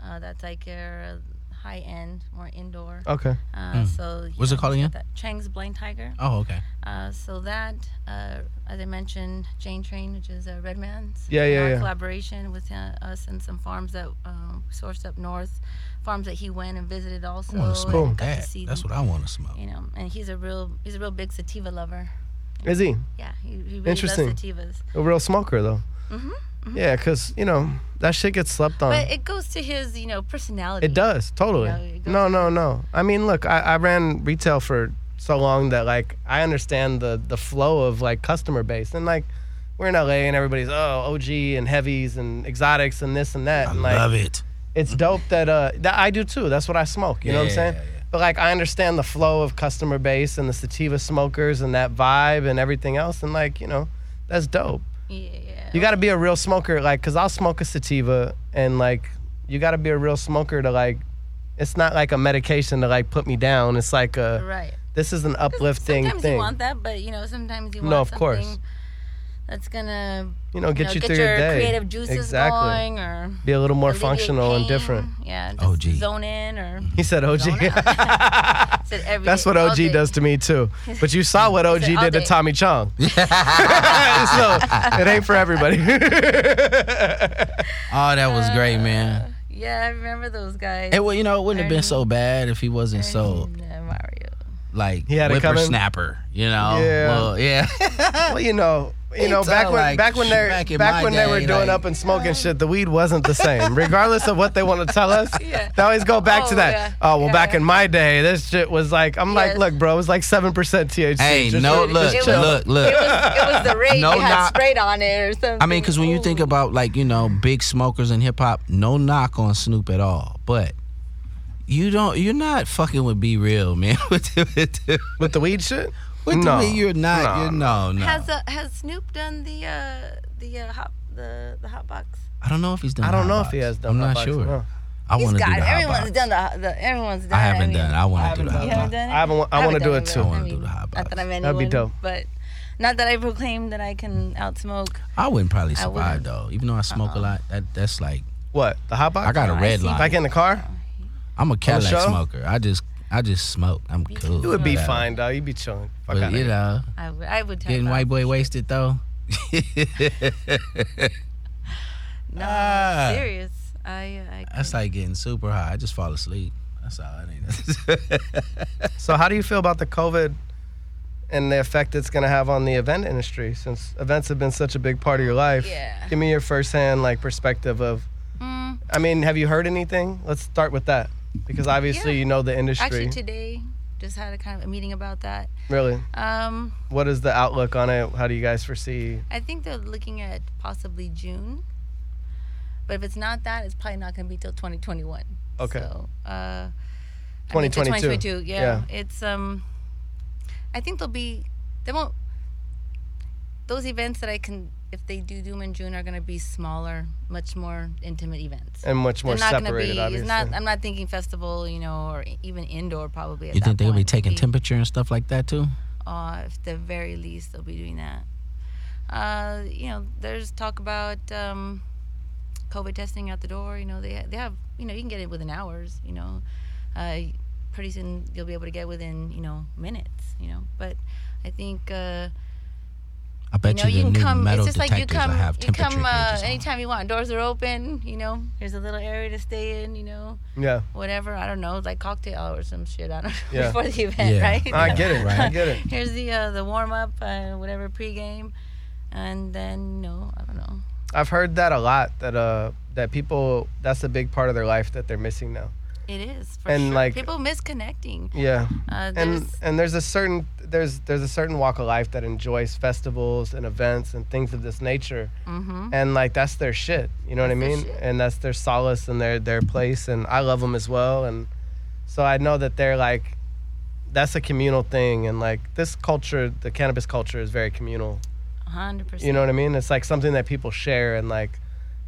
S3: Uh, that's like your high end, more indoor.
S2: Okay.
S3: Uh, so
S4: What's
S3: yeah,
S4: Hmm. it called
S3: we've
S4: again?
S3: got That. Chang's Blind Tiger.
S4: Oh, okay.
S3: Uh, so that, uh, as I mentioned, Jane Train, which is uh, Redman's.
S2: Yeah, yeah,
S3: Our
S2: yeah.
S3: collaboration with uh, us and some farms that um, sourced up north, farms that he went and visited also.
S4: I
S2: Oh,
S4: want to smoke
S3: and got to
S4: Oh, that.
S3: see
S4: That's
S3: them,
S4: what I want to smoke.
S3: You know, and he's a real he's a real big sativa lover.
S2: Is he
S3: Yeah, he, he really
S2: Interesting.
S3: loves sativas.
S2: a real smoker though? Mm-hmm. Yeah, cause you know that shit gets slept on.
S3: But it goes to his, you know, personality.
S2: It does totally.
S3: know, it
S2: no, no, no. I mean, look, I, I ran retail for so long that like I understand the the flow of like customer base and like we're in LA and everybody's oh OG and heavies and exotics and this and that
S4: I
S2: and like
S4: love it.
S2: it's dope that uh that I do too. That's what I smoke. You know what I'm
S4: Yeah,
S2: saying?
S4: yeah, yeah.
S2: But like I understand the flow of customer base and the sativa smokers and that vibe and everything else and like you know that's dope.
S3: Yeah.
S2: You got to be a real smoker, like, cause I'll smoke a sativa, and like, you got to be a real smoker to like. It's not like a medication to like put me down. It's like a
S3: right.
S2: this is an uplifting
S3: sometimes
S2: thing.
S3: you want that, but you know, sometimes you
S2: No,
S3: want
S2: of course.
S3: something That's gonna
S2: you know, Oh, get
S3: know,
S2: you
S3: get
S2: through
S3: your,
S2: your, day.
S3: creative juices
S2: exactly.
S3: going or
S2: Be a little more
S3: alleviate
S2: functional and
S3: pain.
S2: different.
S3: Yeah, just
S4: OG.
S3: zone in or
S2: He said
S3: zone
S2: OG.
S3: out. Said every
S2: That's
S3: day,
S2: what
S3: all
S2: OG
S3: day.
S2: does to me too. But you saw what OG
S3: all
S2: did to
S3: day.
S2: Tommy Chong. so it ain't for everybody.
S4: Oh, that was great, man.
S3: Yeah, I remember those guys.
S4: Hey, well, you know, it wouldn't have been
S3: Ernie.
S4: so bad if he wasn't so
S3: And, uh, Mario.
S4: like
S2: He had it coming?
S4: whippersnapper. You know,
S2: Yeah.
S4: Well, yeah.
S2: well, you know, you know,
S4: It's
S2: back
S4: all
S2: when
S4: like,
S2: back when they
S4: back in
S2: back
S4: my
S2: when they were
S4: day,
S2: doing
S4: like-
S2: up and smoking shit, the weed wasn't the same. Regardless of what they want to tell us,
S3: Yeah.
S2: they always go back to
S3: Oh,
S2: that.
S3: yeah.
S2: Oh well,
S3: Yeah,
S2: back
S3: yeah.
S2: in my day, this shit was like I'm like,
S3: Yes.
S2: look, bro, it was like seven percent THC.
S4: hey,
S2: Just-
S4: no,
S2: just
S4: look,
S3: It was-
S2: chill.
S4: look, look.
S3: It was, it was the rate
S4: No
S3: you had
S4: knock.
S3: sprayed on it or something.
S4: I mean, because when you think
S3: Ooh.
S4: about like you know big smokers in hip hop, no knock on Snoop at all, but you don't, you're not fucking with Be Real, man. with the, with the,
S2: with the weed shit.
S4: with the
S2: No.
S4: way you're not,
S2: No,
S4: you're no, no.
S3: has uh, has Snoop done the uh, the uh, hop the the hot box?
S4: I don't know if he's done.
S2: I don't
S4: Hot
S2: know
S4: Box.
S2: if he has done.
S4: I'm
S2: Hot
S4: not
S2: Box,
S4: sure.
S2: no.
S4: I
S3: He's
S4: want to do
S3: got
S4: the
S3: it.
S4: Hot
S3: Everyone's
S4: Box.
S3: done the, the everyone's done.
S4: I haven't
S3: mean-
S4: done. it. I
S2: I
S4: want to
S2: haven't
S4: do the
S2: done
S4: Hot
S2: it.
S3: You
S4: Box.
S3: haven't done it?
S2: I haven't wa- I wanna
S3: haven't
S2: do
S3: done
S2: it too.
S4: I
S3: but
S4: wanna
S3: mean,
S4: do the hot
S3: Not that I'm anyone,
S2: That'd be dope.
S3: but not that I proclaim that I can outsmoke.
S4: I wouldn't probably
S3: I
S4: survive
S3: wouldn't. Uh-uh.
S4: though. Even though I smoke a lot, that that's like
S2: What the hot box?
S4: I got a
S3: I
S4: red
S3: see.
S4: line.
S2: Back in the car,
S4: I'm a Cadillac
S2: show?
S4: smoker. I just I just smoke. I'm cool.
S2: you would be
S4: Yeah.
S2: fine, dog. You'd be chilling. Fuck
S4: But
S2: outta
S4: you
S2: here.
S4: know,
S3: I would. I would.
S4: getting
S3: tap
S4: white
S3: out.
S4: boy wasted though.
S3: No,
S4: Ah.
S3: I'm serious. I. I
S4: That's like getting super high. I just fall asleep. That's all. It ain't.
S2: So how do you feel about the COVID? And the effect it's gonna have on the event industry, since events have been such a big part of your life.
S3: Yeah.
S2: Give me your firsthand like perspective of
S3: Mm,
S2: I mean, have you heard anything? Let's start with that because obviously
S3: Yeah.
S2: you know the industry.
S3: actually, today just had a kind of a meeting about that.
S2: really,
S3: Um,
S2: what is the outlook on it? How do you guys foresee?
S3: I think they're looking at possibly June. But if it's not that, it's probably not going to be till 2021.
S2: Okay.
S3: So, uh, I mean, till
S2: 2022,
S3: 2022. Yeah. It's um, I think there'll be there won't those events that I can if they do Doom in June, are going to be smaller, much more intimate events.
S2: and much more
S3: They're not going to
S2: separated.
S3: be.
S2: obviously,
S3: It's not. I'm not thinking festival, you know, or e- even indoor probably. At
S4: You
S3: that
S4: think they'll be
S3: point.
S4: taking
S3: Maybe,
S4: temperature and stuff like that too?
S3: Uh, if the very least, they'll be doing that. Uh, you know, there's talk about um, COVID testing out the door. You know, they they have. You know, you can get it within hours. You know, uh, pretty soon you'll be able to get within you know minutes. You know, but I think. Uh,
S4: I bet you,
S3: you know, you can
S4: the new
S3: come.
S4: metal
S3: It's just like
S4: detectors
S3: you come.
S4: will have
S3: You
S4: temperature
S3: come uh,
S4: gauges on.
S3: anytime you want. Doors are open. You know, there's a little area to stay in. You know,
S2: Yeah,
S3: whatever. I don't know, like cocktail hour or some shit. I don't know
S2: Yeah.
S3: before the event,
S4: Yeah.
S3: right?
S2: I get it.
S4: Right.
S2: I get it.
S3: Here's the uh, the warm up, uh, whatever pregame, and then you know, I don't know.
S2: I've heard that a lot. That uh, that people that's a big part of their life that they're missing now.
S3: It is for
S2: And,
S3: sure.
S2: like-
S3: people misconnecting.
S2: Yeah,
S3: Uh,
S2: and
S3: there's
S2: and there's a certain there's there's a certain walk of life that enjoys festivals and events and things of this nature,
S3: hmm
S2: and like that's their shit. You know what I
S3: That's their
S2: mean?
S3: shit.
S2: And that's their solace and their their place. And I love them as well. And so I know that they're like. That's a communal thing, and like this culture, the cannabis culture is very communal.
S3: hundred percent.
S2: You know what I mean? It's like something that people share and like,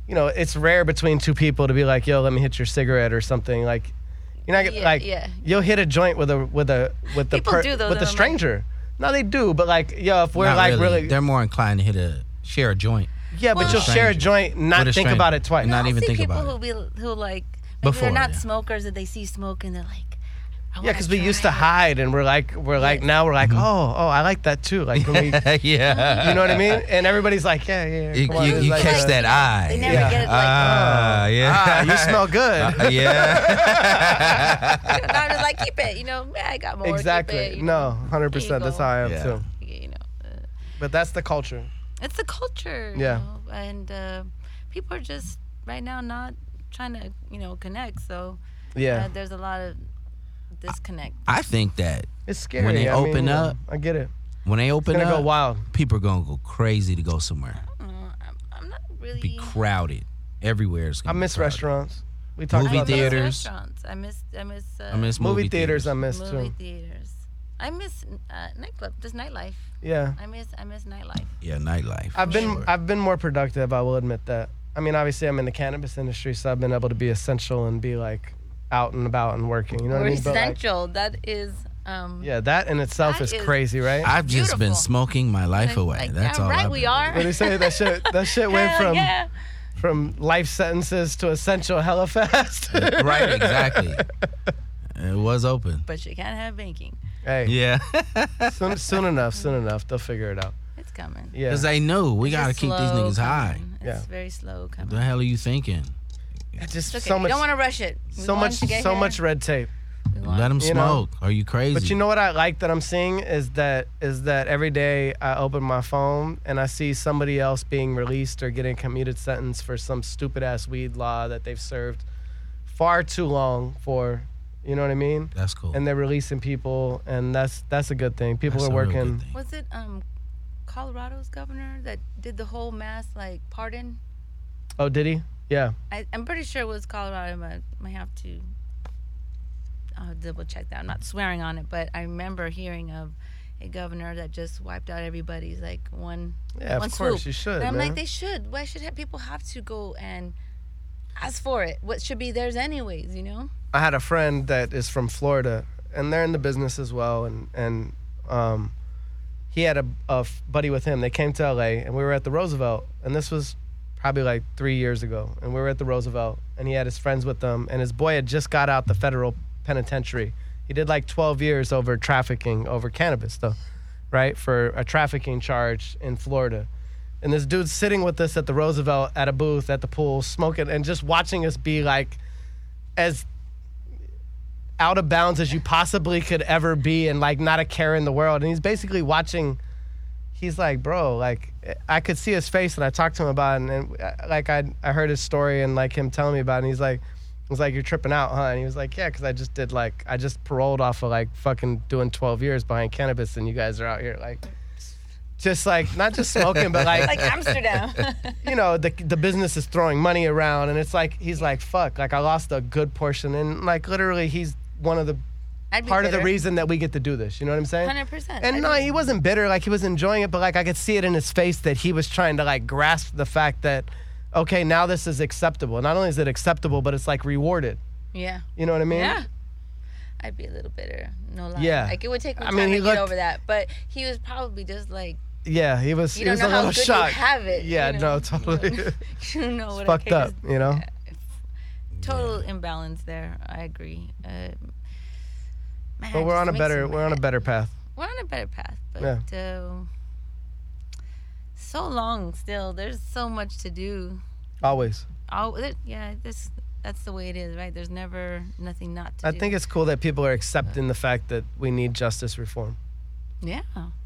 S2: you know, it's rare between two people to be like, "Yo, let me hit your cigarette" or something. Like, you're not gonna
S3: Yeah,
S2: like
S3: yeah.
S2: you'll hit a joint with a with a with the
S3: People do, though,
S2: with
S3: though,
S2: a
S3: like-
S2: stranger. no, they do, but like, yo, if we're
S4: Not
S2: like really,
S4: they're more inclined to hit a share a joint.
S2: yeah, but
S3: Well-
S2: you'll share a
S4: Stranger.
S2: joint, and not
S4: With a
S2: think
S4: stranger.
S2: about it twice.
S4: Not
S3: I'll
S4: even
S3: see
S4: think
S3: people
S4: about
S3: who be who like maybe
S4: Before,
S3: they're not
S4: yeah.
S3: smokers that they see smoke and they're like, I
S2: Yeah,
S3: wanna
S2: because we used to
S3: try it.
S2: hide, and we're like, we're like
S3: Yes.
S2: now we're
S4: Mm-hmm.
S2: like, oh, oh, I like that too. Like, can we, you
S4: yeah.
S2: know what I mean? And everybody's like, yeah, yeah. yeah
S4: You,
S2: come on,
S4: you-
S2: it's
S4: you
S2: like,
S4: catch
S2: uh,
S4: that eye.
S3: They never
S2: Yeah.
S3: get it like
S4: Ah,
S2: Ah,
S4: yeah.
S2: you smell good.
S4: Uh, yeah.
S3: you know, now I'm just like, keep it, you know, "Yeah, I got more. keep
S2: exactly.
S3: it," you
S2: no,
S3: know.
S2: hundred percent. That's how I am
S4: Yeah.
S2: too.
S3: You know, uh,
S2: But that's the culture.
S3: it's the culture.
S2: Yeah.
S3: You know? And uh, people are just right now not trying to, you know, connect. So
S2: Yeah.
S3: uh, there's a lot of disconnect.
S4: I think that
S2: It's scary.
S4: When they
S2: I mean,
S4: open
S2: you know,
S4: up,
S2: I get it.
S4: when they
S2: It's
S4: open
S2: gonna
S4: up,
S2: go wild.
S4: people are gonna go crazy to go somewhere.
S3: I don't know, I'm, I'm not
S4: Be
S3: really.
S4: crowded. Everywhere is
S2: I
S4: gonna. be
S2: miss
S4: crowded.
S2: restaurants. We talked
S4: Movie
S2: about that.
S3: I miss
S4: theaters.
S3: restaurants. I miss. I miss. Uh,
S4: I miss
S2: Movie, theaters, I miss
S3: movie
S2: too.
S3: theaters. I miss uh, nightclub. Just nightlife.
S2: Yeah.
S3: I miss. I miss nightlife.
S4: Yeah, nightlife.
S2: I've been
S4: Sure.
S2: I've been more productive, I will admit that. I mean, obviously I'm in the cannabis industry, so I've been able to be essential and be like out and about and working. You know
S3: We're
S2: what I mean? But, like,
S3: essential. that is. Um,
S2: yeah, that in itself
S3: That
S2: is
S3: is-
S2: crazy, right?
S4: I've just been
S3: Beautiful.
S4: smoking my life
S3: like-
S4: away.
S3: like,
S4: That's
S3: yeah,
S4: all.
S3: Right,
S4: I've
S3: we
S4: been
S3: are.
S2: what do you say? That shit that shit went
S3: Hell
S2: from
S3: yeah.
S2: from life sentences to essential hella fast.
S4: doing. right, exactly. It was open.
S3: But you can't have banking.
S2: hey,
S4: Yeah,
S2: soon, soon enough, soon enough, they'll figure it out.
S3: It's coming.
S2: Yeah.
S4: because they knew we
S3: It's
S4: gotta
S3: just
S4: keep these
S3: slow
S4: niggas high.
S3: coming. It's
S2: Yeah.
S3: very slow
S4: The
S3: coming.
S4: hell are you thinking?
S2: It's just
S3: It's okay.
S2: so
S3: we
S2: much
S3: don't want to rush it. We
S2: so
S3: want
S2: much
S3: to get
S2: so
S3: here.
S2: much red tape.
S3: We want-
S4: Let them
S2: You know?
S4: smoke. Are you crazy?
S2: But you know what I like that I'm seeing is that is that every day I open my phone and I see somebody else being released or getting a commuted sentence for some stupid ass weed law that they've served far too long for. You know what I mean?
S4: That's cool.
S2: And they're releasing people, and that's that's a good thing. People
S4: That's
S2: are
S4: a real good
S2: working.
S4: thing.
S3: Was it um, Colorado's governor that did the whole mass like pardon?
S2: Oh, did he? Yeah,
S3: I, I'm pretty sure it was Colorado, but I might have to I'll double check that. I'm not swearing on it, but I remember hearing of a governor that just wiped out everybody's like one.
S2: yeah. Of
S3: One
S2: course
S3: swoop.
S2: you should.
S3: And I'm
S2: man.
S3: like, they should. Why should have people have to go and ask for it? What should be theirs anyways? You know.
S2: I had a friend that is from Florida, and they're in the business as well. And and um, he had a, a f- buddy with him. They came to LA, and we were at the Roosevelt, and this was probably like three years ago. And we were at the Roosevelt, and he had his friends with them, and his boy had just got out the federal penitentiary. He did like 12 years over trafficking over cannabis, though, right, for a trafficking charge in Florida. And this dude's sitting with us at the Roosevelt at a booth at the pool, smoking, and just watching us be like as out of bounds as you possibly could ever be and like not a care in the world and he's basically watching he's like bro like i could see his face and i talked to him about it and, and uh, like I, I heard his story and like him telling me about it and he's like I was like you're tripping out huh and he was like yeah because i just did like i just paroled off of like fucking doing 12 years behind cannabis and you guys are out here like just like not just smoking but
S3: Like Amsterdam.
S2: you know the the business is throwing money around and it's like he's like fuck like I lost a good portion and like literally he's one of the
S3: I'd be
S2: part of the
S3: bitter.
S2: reason that we get to do this. You know what I'm saying?
S3: 100%.
S2: And
S3: I'd
S2: no,
S3: be-
S2: he wasn't bitter. Like he was enjoying it, but like I could see it in his face that he was trying to like grasp the fact that, okay, now this is acceptable. Not only is it acceptable, but it's like rewarded.
S3: Yeah.
S2: You know what I mean?
S3: Yeah. I'd be a little bitter, no lie.
S2: Yeah.
S3: Like it would take me
S2: I
S3: time
S2: mean, he
S3: to
S2: looked-
S3: get over that, but he was probably just like,
S2: Yeah. He was. he
S3: you don't
S2: was
S3: know
S2: a
S3: how
S2: little
S3: good
S2: shocked.
S3: you have it.
S2: Yeah.
S3: you
S2: No.
S3: know?
S2: Totally.
S3: You don't know what
S2: fucked
S3: I
S2: up. You know.
S3: Total imbalance there. I agree. Uh, man,
S2: But we're
S3: just
S2: on a
S3: makes
S2: better.
S3: me
S2: We're on a
S3: mad.
S2: better path.
S3: we're on a better path, but
S2: Yeah.
S3: uh, so long still. There's so much to do.
S2: Always.
S3: All there, yeah, this that's the way it is, right? There's never nothing not to
S2: I
S3: do.
S2: think it's cool that people are accepting the fact that we need justice reform.
S3: yeah,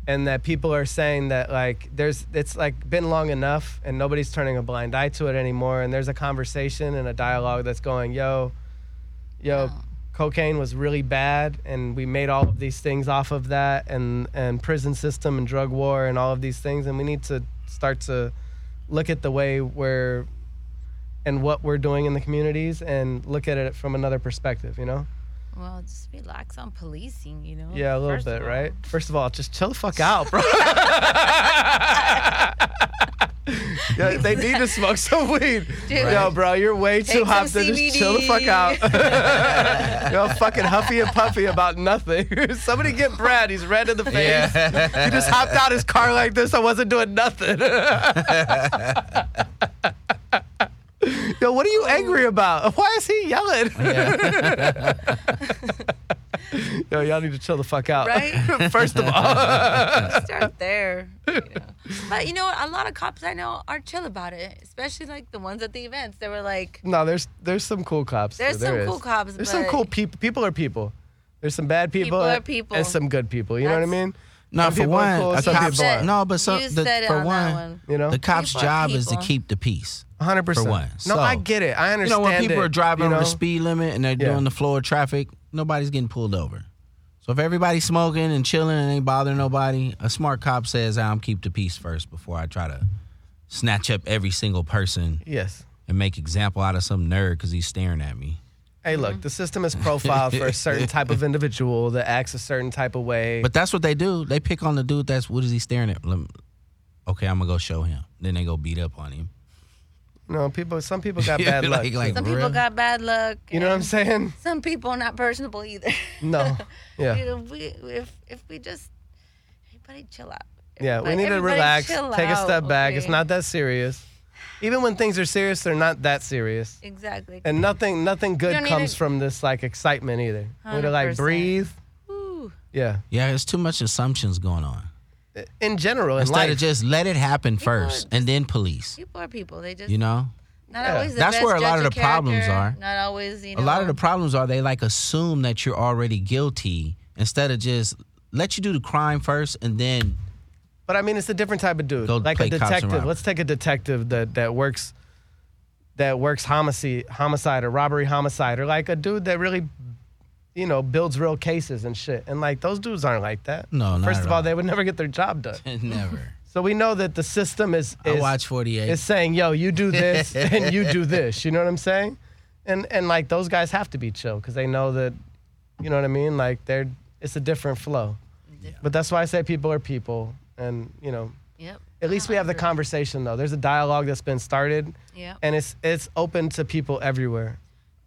S2: and that people are saying that like there's it's like been long enough and nobody's turning a blind eye to it anymore and there's a conversation and a dialogue that's going yo yo cocaine was really bad and we made all of these things off of that and and prison system and drug war and all of these things and we need to start to look at the way we're and what we're doing in the communities and look at it from another perspective you know
S3: well, just relax on policing, you know.
S2: yeah, a little
S3: first of
S2: bit,
S3: all.
S2: right? First of all, just chill the fuck out, bro. Yo, they need to smoke some weed.
S3: Dude.
S2: Yo, bro, you're way too
S3: Take some
S2: hopped to just chill the fuck out. Yo, fucking huffy and puffy about nothing. Somebody get Brad. He's red in the face.
S4: Yeah.
S2: He just hopped out his car like this. I wasn't doing nothing. Yo, what are you angry about? Why is he yelling? Yo, y'all need to chill the fuck out.
S3: Right?
S2: First of all.
S3: Start there. You know. But you know what? A lot of cops I know are chill about it, especially like the ones at the events. They were like,
S2: no, there's there's some cool cops. too.
S3: There's
S2: There
S3: some
S2: is.
S3: cool cops,
S2: There's some
S3: but-
S2: cool people. People are people. There's some bad people.
S3: People are
S2: and-
S3: people.
S2: And some good people. You know what I
S3: That's-
S2: mean?
S4: No,
S2: Some
S4: for
S2: people are
S4: one,
S2: cool,
S4: a
S2: some
S4: cop's
S2: people
S3: said-
S2: aren't.
S4: no, but so
S3: you
S4: the,
S3: said it
S4: for
S3: on
S4: one,
S3: that one.
S2: You know?
S4: the cop's
S3: People are
S4: job is to
S3: people.
S4: keep the peace.
S2: 100%.
S4: For one.
S2: No,
S4: So-
S2: I get it. I
S4: You
S2: understand
S4: know, when people
S2: it,
S4: are driving
S2: you
S4: over
S2: know?
S4: the speed limit and they're
S2: Yeah.
S4: doing the floor traffic, nobody's getting pulled over. So if everybody's smoking and chilling and ain't bothering nobody, a smart cop says, "I'm keep the peace first before I try to snatch up every single person
S2: Yes.
S4: and make example out of some nerd because he's staring at me."
S2: Hey,
S3: Mm-hmm.
S2: look, the system is profiled for a certain type of individual that acts a certain type of way.
S4: But that's what they do. They pick on the dude that's what is he staring at? Lem- Okay, I'm gonna go show him. Then they go beat up on him.
S2: no, people. Some people got bad luck.
S4: Like- like-
S2: too.
S3: some people
S4: Really?
S3: got bad luck.
S2: you know what I'm
S3: and
S2: saying?
S3: Some people are not personable either.
S2: No.
S3: You
S2: Yeah.
S3: know, we, if if we just everybody chill out.
S2: Yeah. We
S3: Like,
S2: need to
S3: everybody
S2: relax.
S3: chill
S2: Take a step
S3: out,
S2: back. It's
S3: okay?
S2: not that serious. Even when things are serious, they're not that serious.
S3: Exactly.
S2: And nothing, nothing good
S3: don't need
S2: comes
S3: to-
S2: from this like excitement either. We need to like
S3: 100%.
S2: breathe.
S3: Ooh,
S2: Yeah.
S4: Yeah, there's too much assumptions going on.
S2: In general, in
S4: Instead
S2: life.
S4: of just let it happen
S3: are
S4: first and then police.
S3: people are people. They just
S4: You know,
S3: not
S2: Yeah.
S3: always. The
S4: That's
S3: best
S4: where a lot
S3: judge
S4: of the problems
S3: character,
S4: are.
S3: Not always. You know,
S4: a lot of the problems are they like assume that you're already guilty instead of just let you do the crime first and then
S2: But I mean, it's a different type of dude,
S4: Go
S2: like a
S4: play cops and
S2: detective.
S4: robbers.
S2: Let's take a detective that that works, that works homicide, homicide or robbery, homicide, or like a dude that really, you know, builds real cases and shit. And like those dudes aren't like that.
S4: No, not
S2: First
S4: at
S2: of all,
S4: all.
S2: they would never get their job done.
S4: never.
S2: So we know that the system is.
S4: I
S2: is
S4: watch 48.
S2: is saying, "Yo, you do this and you do this." You know what I'm saying? And and like those guys have to be chill because they know that, you know what I mean? Like they're it's a different flow. But that's why I say people are people, and you know,
S3: Yep.
S2: at least we have the conversation though. There's a dialogue that's been started,
S3: Yep.
S2: and it's it's open to people everywhere.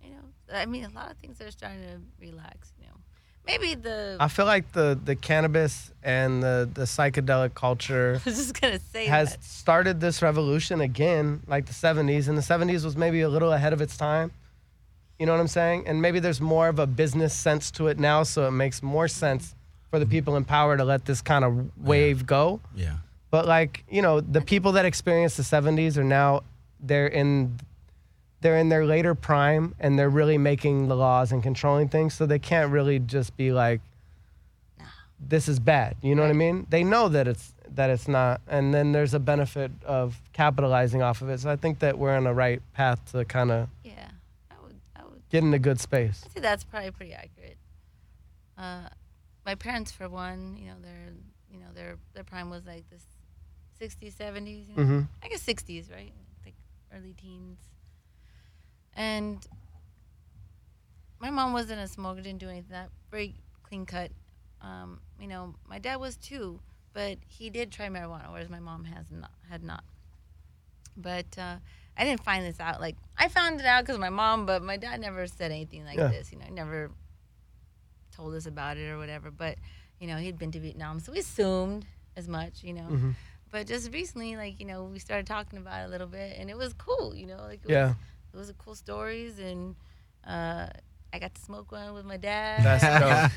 S3: you know, I mean, a lot of things are starting to relax. You know, maybe the.
S2: I feel like the the cannabis and the the psychedelic culture.
S3: I was just gonna say
S2: has
S3: that.
S2: started this revolution again, like the 70s. And the 70s was maybe a little ahead of its time. You know what I'm saying? And maybe there's more of a business sense to it now, so it makes more sense for the people in power to let this kind of wave go.
S4: yeah.
S2: But like, you know, the people that experienced the 70s are now they're in they're in their later prime and they're really making the laws and controlling things, so they can't really just be like this is bad. You know what I mean? They know that it's that it's not and then there's a benefit of capitalizing off of it. So I think that we're on the right path to kind of
S3: Yeah, I would. I would
S2: get in a good space.
S3: say that's probably pretty accurate. Uh, my parents, for one, you know, their you know their their prime was like the '60s, '70s. You know?
S2: Mhm.
S3: I guess '60s, right? Like early teens. And my mom wasn't a smoker. Didn't do anything that very clean cut. Um, you know, my dad was too, but he did try marijuana, whereas my mom has not had not. But uh, I didn't find this out. Like I found it out because my mom, but my dad never said anything like
S2: Yeah.
S3: this. You know, he never told us about it or whatever. But you know, he'd been to Vietnam, so we assumed as much. You know.
S2: Mm-hmm.
S3: But just recently, like you know, we started talking about it a little bit, and it was cool. You know, like it was,
S2: Yeah.
S3: those are cool stories, and uh, I got to smoke one with my dad.
S2: That's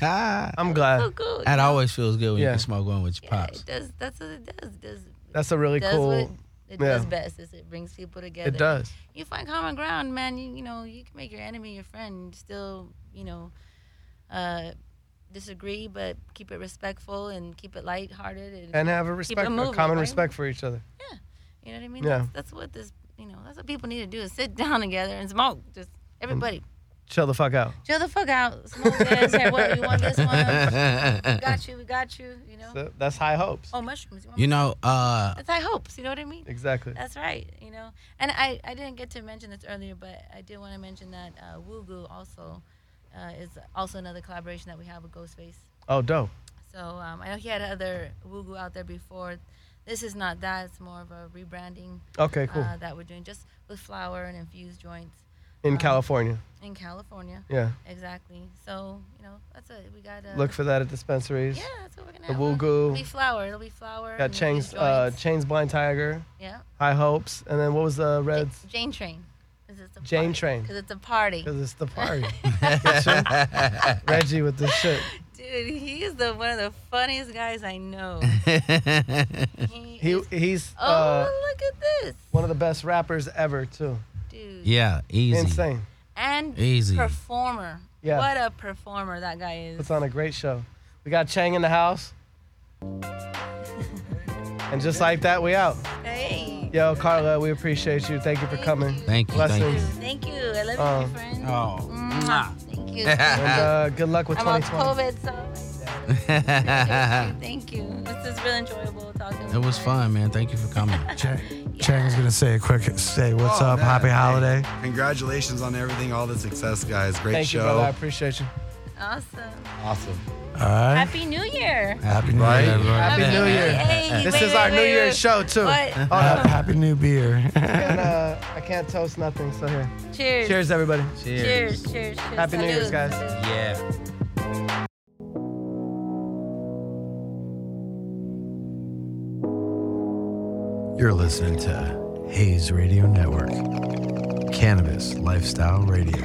S2: dope.
S4: that
S2: I'm glad.
S3: so cool. you know?
S4: always feels good when you
S2: Yeah.
S4: can smoke one with your
S3: yeah,
S4: pops.
S3: it does. That's what it does. It does,
S2: That's a really
S3: does what
S2: cool.
S3: it
S2: yeah.
S3: does best. Is it brings people together.
S2: It does.
S3: You find common ground, man. You you know you can make your enemy your friend. Still, you know, uh, disagree, but keep it respectful and keep it lighthearted. And,
S2: And have a respect, a
S3: moving,
S2: common
S3: right?
S2: respect for each other.
S3: you know what I mean.
S2: Yeah.
S3: That's, that's what this. You know, that's what people need to do is sit down together and smoke. Just
S2: Mm.
S3: everybody.
S2: Chill the fuck out.
S3: chill the fuck out. Smoke this. Hey, what you want? This one? We got um, you. We got you. You know.
S2: So that's high hopes.
S3: Oh, mushrooms. You want
S4: you know, uh,
S3: That's high hopes. You know what I mean?
S2: Exactly.
S3: That's right. You know. And I, I didn't get to mention this earlier, but I did want to mention that uh, Wugu also uh, is also another collaboration that we have with Ghostface.
S2: Oh, dope.
S3: So um, I know he had other Wugu out there before. This is not that. It's more of a rebranding
S2: Okay, cool.
S3: uh, that we're doing just with flower and infused joints um,
S2: In California.
S3: in California.
S2: Yeah.
S3: Exactly. So you know that's it. We got uh,
S2: Look for that at dispensaries.
S3: Yeah, that's what we're gonna
S2: The
S3: have. It'll
S2: Wugu.
S3: be flour. It'll be flour.
S2: Got
S3: and
S2: Chains,
S3: these
S2: uh,
S3: joints.
S2: Chains Blind Tiger,
S3: yeah.
S2: High Hopes, and then what was the
S3: Ja-
S2: Reds?
S3: Jane Train. 'Cause it's a
S2: Jane
S3: party.
S2: Train.
S3: 'Cause it's a party.
S2: Because it's the party. Good shit. Reggie with the shit.
S3: Dude, he's the one of the funniest guys I know. He.
S2: He
S3: is-
S2: he's
S3: oh,
S2: uh,
S3: look at this,
S2: one of the best rappers ever too.
S3: dude.
S4: yeah, easy.
S2: Insane.
S3: And
S4: Easy.
S3: performer.
S2: Yeah.
S3: What a performer that guy is.
S2: Puts on a great show. We got Chang in the house. And just like that, we out.
S3: Hey.
S2: Yo, Carla, we appreciate you. Thank you for
S3: Thank
S2: coming.
S3: you.
S4: Thank you.
S2: Blessings.
S3: Thank you. I love you,
S2: Um,
S3: my friend.
S4: Oh.
S3: Mwah. Thank you.
S2: And uh, good luck with
S3: I'm off
S2: 2020.
S3: COVID, so thank you. This is really enjoyable talking.
S4: It was fun, man. Thank you for coming.
S5: Chang, Chang's gonna say a quick say what's
S6: Oh,
S5: up,
S6: man.
S5: happy holiday.
S6: Hey, Congratulations on everything, all the success, guys. Great
S2: Thank you, brother. I
S6: show.
S2: appreciate you.
S3: Awesome.
S6: awesome.
S5: All right.
S3: Happy New Year.
S5: Happy New
S6: Right?
S5: Year, everyone.
S2: Happy New Year.
S3: Hey,
S2: This
S3: wait,
S2: is
S3: wait,
S2: our
S3: wait,
S2: New
S3: wait.
S2: Year's show too.
S3: What?
S2: Oh,
S5: Ha- Happy New Beer.
S2: and, uh, I can't toast nothing, so here.
S3: Cheers.
S2: Cheers, everybody.
S3: Cheers. Cheers. Cheers.
S2: Happy New Year's,
S3: Salud.
S2: guys.
S3: Salud.
S4: Yeah.
S1: You're listening to Hayes Radio Network, Cannabis Lifestyle Radio.